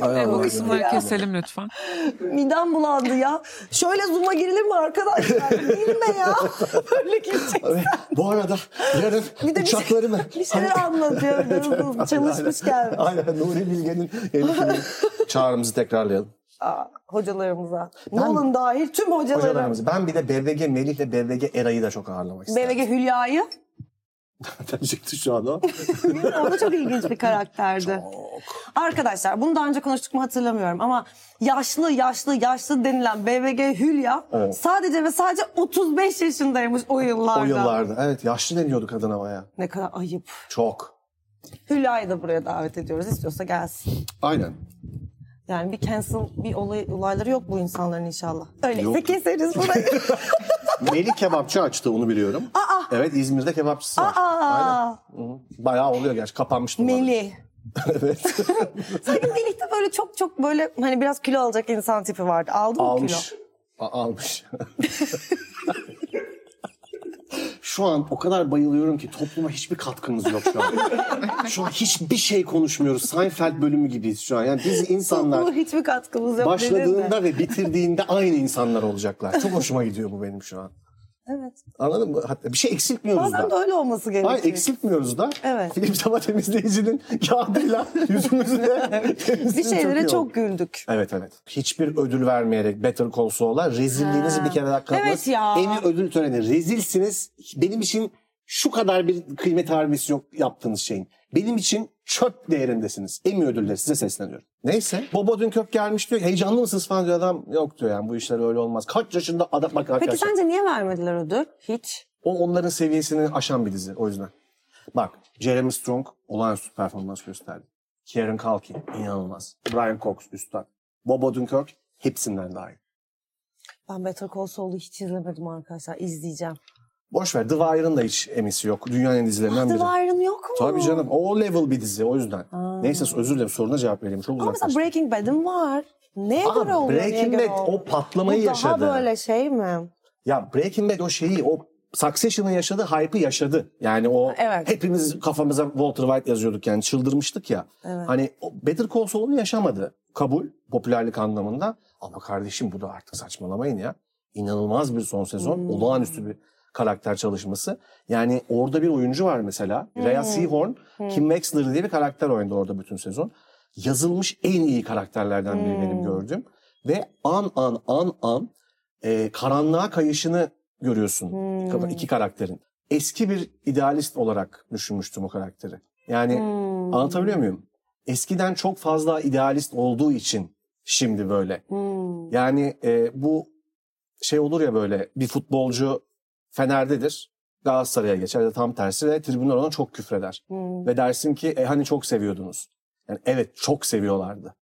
[SPEAKER 4] e, bu kısımları keselim lütfen.
[SPEAKER 2] [laughs] Midem bulandı ya. Şöyle zoom'a girilir mi arkadaşlar? Girme ya. [laughs] Böyle girecek.
[SPEAKER 3] Ve Bu arada yarın
[SPEAKER 2] [laughs] Bir de bir şey-
[SPEAKER 3] uçakları mı?
[SPEAKER 2] Bir şeyler anlatıyor.
[SPEAKER 3] [laughs]
[SPEAKER 2] Hızlı, Çalışmış gelmiş.
[SPEAKER 3] Aynen Nuri Bilge'nin yeni filmi.
[SPEAKER 2] [laughs]
[SPEAKER 3] Çağrımızı tekrarlayalım.
[SPEAKER 2] Aa, hocalarımıza.
[SPEAKER 3] Ben-
[SPEAKER 2] Nolan dahil tüm hocalarım.
[SPEAKER 3] Hocalarımız. Ben bir de BVG Melih'le BVG Eray'ı da çok ağırlamak isterim.
[SPEAKER 2] BVG Hülya'yı.
[SPEAKER 3] BVG çıktı şu an o.
[SPEAKER 2] O da çok ilginç bir karakterdi. Arkadaşlar bunu daha önce konuştuk mu hatırlamıyorum ama yaşlı yaşlı yaşlı denilen BVG Hülya
[SPEAKER 3] Evet.
[SPEAKER 2] sadece ve sadece 35 yaşındaymış o yıllarda.
[SPEAKER 3] O yıllarda. Evet yaşlı deniyordu kadın ama ya.
[SPEAKER 2] Ne kadar ayıp.
[SPEAKER 3] Çok.
[SPEAKER 2] Hülya'yı da buraya davet ediyoruz. İstiyorsa gelsin.
[SPEAKER 3] Aynen.
[SPEAKER 2] Yani bir cancel bir olay, olayları yok bu insanların inşallah. Öyleyse
[SPEAKER 3] Yok. [laughs]
[SPEAKER 2] keseriz burayı.
[SPEAKER 3] Melih kebapçı açtı onu biliyorum.
[SPEAKER 2] Aa
[SPEAKER 3] Evet İzmir'de kebapçısı var. Aynen.
[SPEAKER 2] Aa,
[SPEAKER 3] Bayağı oluyor gerçi kapanmış numara.
[SPEAKER 2] Melih. [laughs]
[SPEAKER 3] evet.
[SPEAKER 2] Sanki Melih'te böyle çok çok böyle hani biraz kilo alacak insan tipi vardı. Aldı mı kilo?
[SPEAKER 3] Almış. A- almış.
[SPEAKER 5] [laughs] Şu an o kadar bayılıyorum ki topluma hiçbir katkımız yok şu an. şu an hiçbir şey konuşmuyoruz. Seinfeld bölümü gibiyiz şu an. Yani biz
[SPEAKER 2] Bu
[SPEAKER 5] insanlar
[SPEAKER 2] hiçbir katkımız yok. dedin de.
[SPEAKER 5] başladığında ve bitir
[SPEAKER 3] Bitirdiğinde aynı insanlar olacaklar. Çok hoşuma gidiyor bu benim şu an.
[SPEAKER 2] Evet.
[SPEAKER 3] Anladın mı? Hatta bir şey eksiltmiyoruz
[SPEAKER 2] Bazen de
[SPEAKER 3] da.
[SPEAKER 2] öyle olması gerekiyor.
[SPEAKER 3] Hayır eksiltmiyoruz da.
[SPEAKER 2] Evet.
[SPEAKER 3] Film Tava temizleyicinin kağıdıyla
[SPEAKER 2] [laughs]
[SPEAKER 3] yüzümüzde
[SPEAKER 2] bir
[SPEAKER 3] temizliği
[SPEAKER 2] şeylere
[SPEAKER 3] iyi
[SPEAKER 2] çok,
[SPEAKER 3] oldu.
[SPEAKER 2] güldük.
[SPEAKER 3] Evet evet. Hiçbir ödül vermeyerek Better Call Saul'a rezilliğinizi bir kere daha kanıtladınız.
[SPEAKER 2] Evet ya.
[SPEAKER 5] en iyi ödül töreni. Rezilsiniz. Benim için şu kadar bir kıymet harbisi yok yaptığınız şeyin. Benim için çöp değerindesiniz. Emmy ödülleri size sesleniyorum.
[SPEAKER 3] Neyse. Bobo Dünkök gelmiş diyor. ki, Heyecanlı mısınız falan diyor adam. Yok diyor yani bu işler öyle olmaz. Kaç yaşında adam bak arkadaşlar.
[SPEAKER 2] Peki sence niye vermediler ödül? Hiç.
[SPEAKER 3] O onların seviyesini aşan bir dizi o yüzden. Bak Jeremy Strong olağanüstü performans gösterdi. Kieran Culkin inanılmaz. Brian Cox üstad. Bob Odenkirk hepsinden daha iyi.
[SPEAKER 2] Ben Better Call Saul'u hiç izlemedim arkadaşlar. İzleyeceğim.
[SPEAKER 3] Boş ver The Wire'ın da hiç emisi yok. Dünyanın dizilerinden
[SPEAKER 2] Ah, The
[SPEAKER 3] biri.
[SPEAKER 2] Wire'ın yok mu?
[SPEAKER 3] Tabii canım o level bir dizi o yüzden. Neyse özür dilerim soruna cevap vereyim. Çok
[SPEAKER 2] Ama mesela
[SPEAKER 3] uzaklaştım.
[SPEAKER 2] Breaking Bad'in var. Neye
[SPEAKER 3] Aa,
[SPEAKER 2] göre oluyor? neye
[SPEAKER 3] Breaking
[SPEAKER 2] göre
[SPEAKER 3] Bad
[SPEAKER 2] olmuyor?
[SPEAKER 3] o patlamayı
[SPEAKER 2] Bu daha
[SPEAKER 3] yaşadı.
[SPEAKER 2] böyle şey mi?
[SPEAKER 3] Ya Breaking Bad o şeyi o Succession'ın yaşadığı hype'ı yaşadı. Yani o
[SPEAKER 2] Evet.
[SPEAKER 3] hepimiz kafamıza Walter White yazıyorduk yani çıldırmıştık ya. Hani o Better Call Saul'unu yaşamadı. Kabul popülerlik anlamında. Ama kardeşim bu da artık saçmalamayın ya. İnanılmaz bir son sezon. Olağanüstü bir karakter çalışması. Yani orada bir oyuncu var mesela. Rhea Seahorn. Kim Wexler diye bir karakter oynadı orada bütün sezon. Yazılmış en iyi karakterlerden biri benim gördüğüm. Ve an an an an e, karanlığa kayışını görüyorsun
[SPEAKER 2] Hmm.
[SPEAKER 3] Ka- iki karakterin. Eski bir idealist olarak düşünmüştüm o karakteri. Yani
[SPEAKER 2] Hmm.
[SPEAKER 3] anlatabiliyor muyum? Eskiden çok fazla idealist olduğu için şimdi böyle.
[SPEAKER 2] Hmm.
[SPEAKER 3] Yani e, bu şey olur ya böyle bir futbolcu Fener'dedir. Galatasaray'a geçer ya da tam tersi ve tribünler ona çok küfreder.
[SPEAKER 2] Hmm.
[SPEAKER 3] Ve dersin ki e, hani çok seviyordunuz. Yani evet çok seviyorlardı.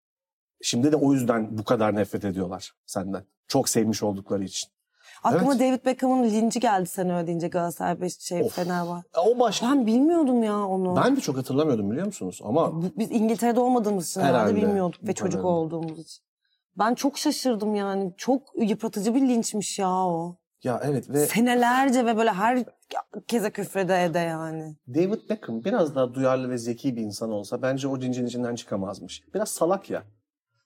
[SPEAKER 3] Şimdi de o yüzden bu kadar nefret ediyorlar senden. Çok sevmiş oldukları için.
[SPEAKER 2] Aklıma
[SPEAKER 3] Evet.
[SPEAKER 2] David Beckham'ın linci geldi sen öyle deyince Galatasaray Beş- şey
[SPEAKER 3] Of.
[SPEAKER 2] Fenerbahçe.
[SPEAKER 3] E, O başka.
[SPEAKER 2] Ben bilmiyordum ya onu.
[SPEAKER 3] Ben de çok hatırlamıyordum biliyor musunuz? Ama
[SPEAKER 2] Bu- Biz İngiltere'de olmadığımız için herhalde,
[SPEAKER 3] Herhalde.
[SPEAKER 2] bilmiyorduk ve
[SPEAKER 3] Bu
[SPEAKER 2] çocuk
[SPEAKER 3] kadarıyla.
[SPEAKER 2] olduğumuz için. Ben çok şaşırdım yani. Çok yıpratıcı bir linçmiş ya o.
[SPEAKER 3] ya evet ve
[SPEAKER 2] Senelerce ve böyle herkese küfrede ede yani.
[SPEAKER 3] David Beckham biraz daha duyarlı ve zeki bir insan olsa bence o cincin içinden çıkamazmış. Biraz salak ya.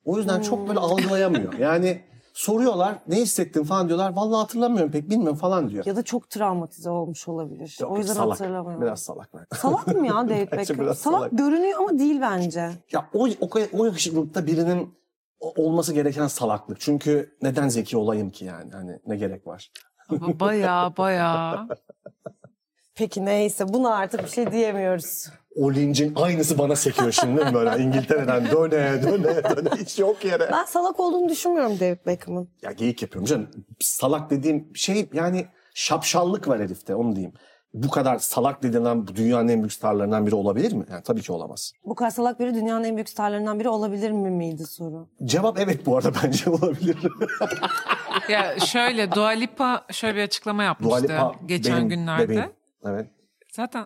[SPEAKER 3] O yüzden çok
[SPEAKER 2] Hmm. [laughs]
[SPEAKER 3] böyle algılayamıyor. Yani soruyorlar ne hissettin falan diyorlar. Vallahi hatırlamıyorum pek bilmiyorum falan diyor.
[SPEAKER 2] Ya da çok travmatize olmuş olabilir.
[SPEAKER 3] Yok,
[SPEAKER 2] o yüzden
[SPEAKER 3] salak.
[SPEAKER 2] hatırlamıyorum.
[SPEAKER 3] Biraz salak. bence.
[SPEAKER 2] Salak mı
[SPEAKER 3] [laughs]
[SPEAKER 2] ya David
[SPEAKER 3] Bence
[SPEAKER 2] Beckham? Salak,
[SPEAKER 3] biraz salak.
[SPEAKER 2] görünüyor ama değil bence.
[SPEAKER 3] Ya o, o, o yakışıklılıkta birinin o- olması gereken salaklık. Çünkü neden zeki olayım ki yani? Hani ne gerek var?
[SPEAKER 4] Ba- Baya baya.
[SPEAKER 2] Peki neyse buna artık bir şey diyemiyoruz.
[SPEAKER 3] O lincin aynısı bana sekiyor şimdi böyle İngiltere'den döne döne döne hiç yok yere.
[SPEAKER 2] Ben salak olduğunu düşünmüyorum David Beckham'ın.
[SPEAKER 3] Ya geyik yapıyorum canım. Salak dediğim şey yani şapşallık var herifte onu diyeyim. Bu kadar salak denilen bu dünyanın en büyük starlarından biri olabilir mi? Yani tabii ki olamaz.
[SPEAKER 2] Bu kadar salak biri dünyanın en büyük starlarından biri olabilir mi miydi soru?
[SPEAKER 3] Cevap evet bu arada [laughs] bence olabilir.
[SPEAKER 4] ya şöyle Dua Lipa şöyle bir açıklama
[SPEAKER 3] Dua
[SPEAKER 4] yapmıştı
[SPEAKER 3] Lipa
[SPEAKER 4] geçen
[SPEAKER 3] benim
[SPEAKER 4] günlerde.
[SPEAKER 3] bebeğim. Evet.
[SPEAKER 4] Zaten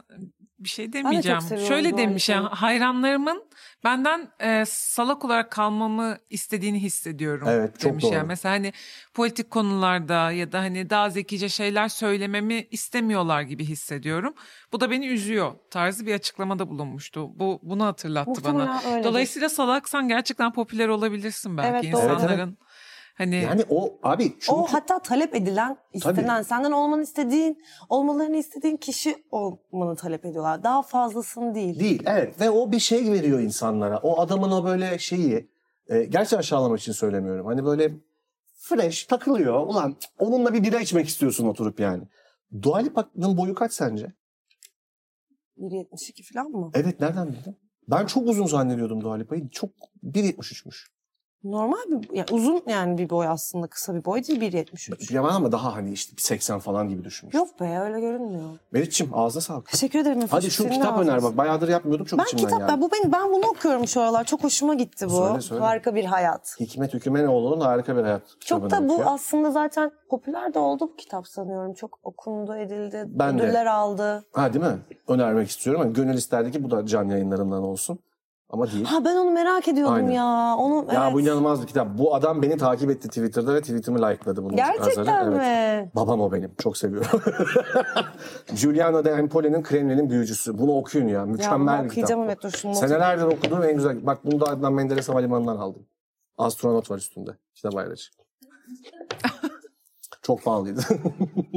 [SPEAKER 4] bir şey demeyeceğim.
[SPEAKER 2] seviyorum
[SPEAKER 4] Şöyle
[SPEAKER 2] Dua
[SPEAKER 4] demiş
[SPEAKER 2] Lipa'yı.
[SPEAKER 4] ya hayranlarımın benden e, salak olarak kalmamı istediğini hissediyorum
[SPEAKER 3] Evet, çok
[SPEAKER 4] demiş
[SPEAKER 3] doğru.
[SPEAKER 4] yani. Mesela hani politik konularda ya da hani daha zekice şeyler söylememi istemiyorlar gibi hissediyorum. Bu da beni üzüyor tarzı bir açıklamada bulunmuştu. Bu bunu hatırlattı
[SPEAKER 2] Muhtemelen
[SPEAKER 4] bana.
[SPEAKER 2] öyledir.
[SPEAKER 4] Dolayısıyla salaksan gerçekten popüler olabilirsin belki
[SPEAKER 2] Evet, doğru.
[SPEAKER 4] insanların.
[SPEAKER 3] Evet,
[SPEAKER 4] Hani
[SPEAKER 3] Yani o abi çünkü
[SPEAKER 2] O hatta talep edilen, istenen, senden olmanı istediğin, olmalarını istediğin kişi olmanı talep ediyorlar. Daha fazlasını değil.
[SPEAKER 3] Değil evet ve o bir şey veriyor insanlara. O adamın o böyle şeyi e, gerçi aşağılamak için söylemiyorum. Hani böyle fresh takılıyor. Ulan cık, onunla bir bira içmek istiyorsun oturup yani. Dua Lipa'nın boyu kaç sence?
[SPEAKER 2] 1.72 falan mı?
[SPEAKER 3] Evet nereden bildin? Ben çok uzun zannediyordum Dua Lipa'yı. Çok 1.73'müş.
[SPEAKER 2] Normal bir yani uzun yani bir boy aslında kısa bir boy değil 1.73.
[SPEAKER 3] Yaman ama daha hani işte 80 falan gibi düşünmüş.
[SPEAKER 2] Yok be öyle görünmüyor.
[SPEAKER 3] Meriç'ciğim ağzına sağlık.
[SPEAKER 2] Teşekkür ederim efendim.
[SPEAKER 3] Hadi şu
[SPEAKER 2] Senin
[SPEAKER 3] kitap
[SPEAKER 2] şey ağzına
[SPEAKER 3] öner bak. Bayağıdır yapmıyorduk çok
[SPEAKER 2] Ben
[SPEAKER 3] içimden
[SPEAKER 2] kitap ben
[SPEAKER 3] geldi.
[SPEAKER 2] bu beni ben bunu okuyorum şu aralar. Çok hoşuma gitti bu.
[SPEAKER 3] Söyle, söyle.
[SPEAKER 2] Harika bir hayat.
[SPEAKER 3] Hikmet Hükümenoğlu'nun harika bir hayat kitabını
[SPEAKER 2] Çok da bu
[SPEAKER 3] okuyor.
[SPEAKER 2] aslında zaten popüler de oldu bu kitap sanıyorum. Çok okundu, edildi,
[SPEAKER 3] Ben de.
[SPEAKER 2] ödüller aldı.
[SPEAKER 3] Ha değil mi? Önermek istiyorum. Hani gönül isterdi ki bu da can yayınlarından olsun. Ama değil.
[SPEAKER 2] Ha ben onu merak ediyordum
[SPEAKER 3] Aynen.
[SPEAKER 2] ya. Onu
[SPEAKER 3] Ya
[SPEAKER 2] evet.
[SPEAKER 3] bu inanılmaz bir kitap. Bu adam beni takip etti Twitter'da ve tweetimi likeladı bunun
[SPEAKER 2] Gerçekten
[SPEAKER 3] yazarı.
[SPEAKER 2] mi?
[SPEAKER 3] Evet. Babam o benim. Çok seviyorum. [laughs] Giuliano de Empole'nin Kremlin'in büyücüsü. Bunu okuyun ya.
[SPEAKER 2] Ya
[SPEAKER 3] Mükemmel
[SPEAKER 2] bunu
[SPEAKER 3] bir
[SPEAKER 2] okuyacağım
[SPEAKER 3] kitap.
[SPEAKER 2] evet dur şunu not-
[SPEAKER 3] Senelerdir okuduğum en güzel. Bak bunu da Adnan Menderes Havalimanı'ndan aldım. Astronot var üstünde. Kitap [laughs] ayrıcı. Çok pahalıydı.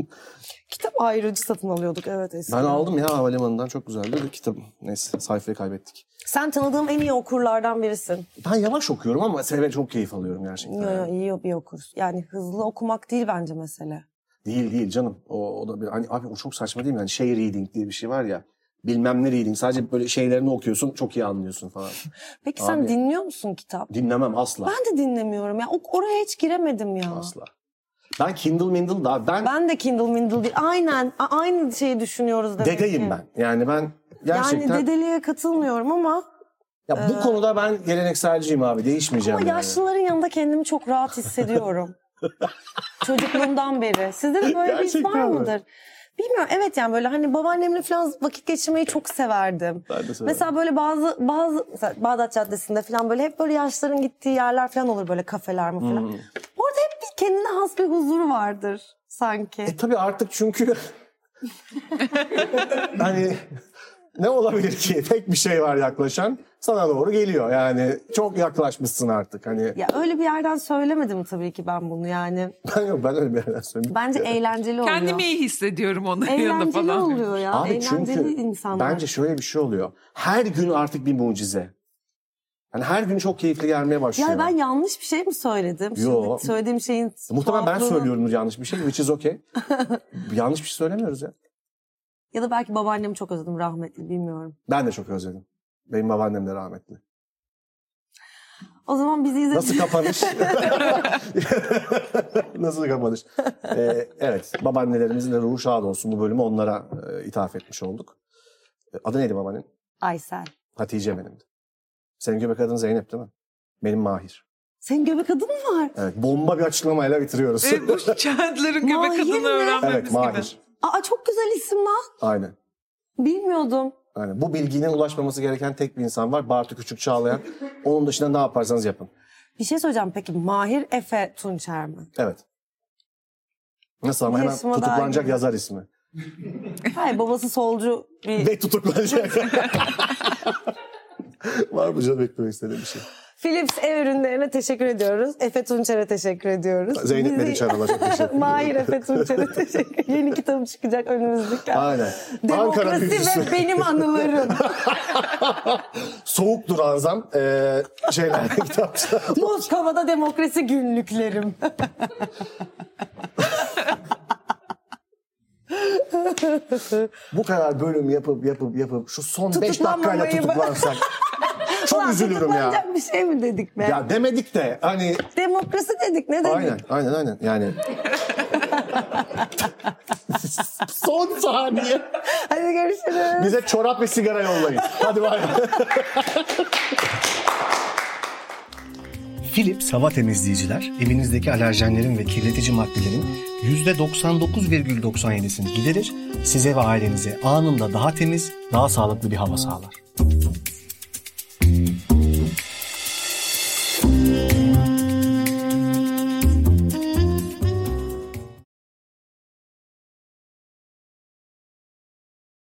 [SPEAKER 3] [laughs]
[SPEAKER 2] Kitap ayrıcı satın alıyorduk evet eskiden.
[SPEAKER 3] ben aldım ya havalimanından çok güzeldi de kitabı. Neyse sayfayı kaybettik.
[SPEAKER 2] Sen tanıdığım en iyi okurlardan birisin.
[SPEAKER 3] Ben yavaş okuyorum ama seve çok keyif alıyorum gerçekten.
[SPEAKER 2] Yo, yo, iyi bir okur. Yani hızlı okumak değil bence mesele.
[SPEAKER 3] Değil değil canım. O, o da bir, hani abi o çok saçma değil mi? Yani şey reading diye bir şey var ya. Bilmem ne reading. Sadece böyle şeylerini okuyorsun çok iyi anlıyorsun [laughs] falan.
[SPEAKER 2] Peki sen
[SPEAKER 3] Abi.
[SPEAKER 2] dinliyor musun kitap?
[SPEAKER 3] Dinlemem asla.
[SPEAKER 2] Ben de dinlemiyorum ya. O- Oraya hiç giremedim ya.
[SPEAKER 3] Asla. Ben Kindle Mindle daha ben,
[SPEAKER 2] Ben de Kindle Mindle değil. Aynen a- aynı şeyi düşünüyoruz demek ki.
[SPEAKER 3] dedeyim ben. Yani ben gerçekten
[SPEAKER 2] Yani dedeliğe katılmıyorum ama
[SPEAKER 3] ya bu konuda ben gelenekselciyim abi. Değişmeyeceğim.
[SPEAKER 2] Ee, ama
[SPEAKER 3] yani.
[SPEAKER 2] yaşlıların yanında kendimi çok rahat hissediyorum.
[SPEAKER 3] [laughs]
[SPEAKER 2] Çocukluğumdan beri. Sizde de böyle bir his var
[SPEAKER 3] Gerçekten mi?
[SPEAKER 2] mıdır? Bilmiyorum. Evet yani böyle hani babaannemle falan vakit geçirmeyi çok severdim.
[SPEAKER 3] Ben de severim.
[SPEAKER 2] Mesela böyle bazı bazı mesela Bağdat Caddesi'nde falan böyle hep böyle yaşların gittiği yerler falan olur böyle kafeler mi falan.
[SPEAKER 3] Hmm.
[SPEAKER 2] Orada hep bir kendine has bir huzur vardır sanki.
[SPEAKER 3] E tabii artık
[SPEAKER 2] [laughs]
[SPEAKER 3] çünkü hani ne olabilir ki? Tek bir şey var yaklaşan. Sana doğru geliyor. Yani çok yaklaşmışsın artık. Hani
[SPEAKER 2] Ya öyle bir yerden söylemedim tabii ki ben bunu yani.
[SPEAKER 3] ben yok ben öyle bir yerden söyleyeyim.
[SPEAKER 2] Bence eğlenceli oluyor.
[SPEAKER 4] Kendimi iyi hissediyorum onun yanında
[SPEAKER 2] Eğlenceli
[SPEAKER 4] falan.
[SPEAKER 2] oluyor ya.
[SPEAKER 3] Abi
[SPEAKER 2] eğlenceli
[SPEAKER 3] çünkü
[SPEAKER 2] insanlar.
[SPEAKER 3] bence şöyle bir şey oluyor. Her gün artık bir mucize. Yani her gün çok keyifli gelmeye başlıyor.
[SPEAKER 2] Ya ben yanlış bir şey mi söyledim?
[SPEAKER 3] Yo.
[SPEAKER 2] Şimdi söylediğim şeyin
[SPEAKER 3] Muhtemelen ben
[SPEAKER 2] tuhaflığını-
[SPEAKER 3] söylüyorum yanlış bir şey. Which
[SPEAKER 2] [laughs]
[SPEAKER 3] is okay. yanlış bir şey söylemiyoruz ya.
[SPEAKER 2] Ya da belki babaannemi çok özledim rahmetli bilmiyorum.
[SPEAKER 3] Ben de çok özledim. Benim babaannem de rahmetli.
[SPEAKER 2] O zaman bizi izle.
[SPEAKER 3] Nasıl kapanış? Nasıl kapanış? Ee, evet, babaannelerimizin de ruhu şad olsun. Bu bölümü onlara e, ithaf etmiş olduk. E, Adı neydi babaannenin?
[SPEAKER 2] Aysel.
[SPEAKER 3] Hatice benimdi. Senin göbek adın Zeynep değil mi? Benim Mahir.
[SPEAKER 2] Senin göbek adın mı var?
[SPEAKER 3] Evet, bomba bir açıklamayla bitiriyoruz. [laughs]
[SPEAKER 4] Evet, [laughs] E, bu Chandler'ın
[SPEAKER 2] Mahir
[SPEAKER 4] göbek adını
[SPEAKER 2] mi?
[SPEAKER 3] evet,
[SPEAKER 4] öğrenmemiz
[SPEAKER 3] Mahir.
[SPEAKER 4] gibi.
[SPEAKER 2] Aa çok güzel isim lan.
[SPEAKER 3] Aynen.
[SPEAKER 2] Bilmiyordum.
[SPEAKER 3] Aynen. Bu bilginin ulaşmaması gereken tek bir insan var. Bartu Küçük Çağlayan. Onun dışında ne yaparsanız yapın.
[SPEAKER 2] Bir şey söyleyeceğim peki Mahir Efe Tunçer
[SPEAKER 3] [laughs]
[SPEAKER 2] mi?
[SPEAKER 3] Evet. Nasıl ama hemen
[SPEAKER 2] Yaşıma dair
[SPEAKER 3] tutuklanacak
[SPEAKER 2] mi?
[SPEAKER 3] yazar ismi.
[SPEAKER 2] Hayır babası solcu bir...
[SPEAKER 3] Ve tutuklanacak. [laughs] Var mı canım beklemek istediğim bir şey?
[SPEAKER 2] Philips ev ürünlerine teşekkür ediyoruz. Efe Tunçer'e teşekkür ediyoruz.
[SPEAKER 3] Zeynep
[SPEAKER 2] Bizi-
[SPEAKER 3] Meriç Hanım'a
[SPEAKER 2] [laughs]
[SPEAKER 3] çok teşekkür ederim.
[SPEAKER 2] Mahir Efe Tunçer'e teşekkür Yeni kitabım çıkacak önümüzdeki ay.
[SPEAKER 3] Aynen. Ankara
[SPEAKER 2] Demokrasi
[SPEAKER 3] büyücüsü.
[SPEAKER 2] ve benim [laughs] anılarım.
[SPEAKER 3] Soğuk duranzam. Ee, şeyler, [laughs] kitapçı.
[SPEAKER 2] Moskova'da demokrasi günlüklerim.
[SPEAKER 3] Bu kadar bölüm yapıp yapıp yapıp şu son 5 dakikayla
[SPEAKER 2] Tutuklanmamayı mı? [laughs]
[SPEAKER 3] tutuklansak. çok
[SPEAKER 2] Ulan
[SPEAKER 3] üzülürüm ya.
[SPEAKER 2] tutuklanacak bir şey mi dedik be?
[SPEAKER 3] Ya demedik de hani
[SPEAKER 2] Demokrasi dedik ne dedik?
[SPEAKER 3] Aynen, aynen, aynen.
[SPEAKER 2] [laughs]
[SPEAKER 3] Yani son saniye.
[SPEAKER 2] Hadi görüşürüz.
[SPEAKER 3] Bize çorap ve sigara yollayın. Hadi bay bay.
[SPEAKER 5] [laughs] Philips hava temizleyiciler evinizdeki alerjenlerin ve kirletici maddelerin %99,97'sini giderir, size ve ailenize anında daha temiz, daha sağlıklı bir hava sağlar.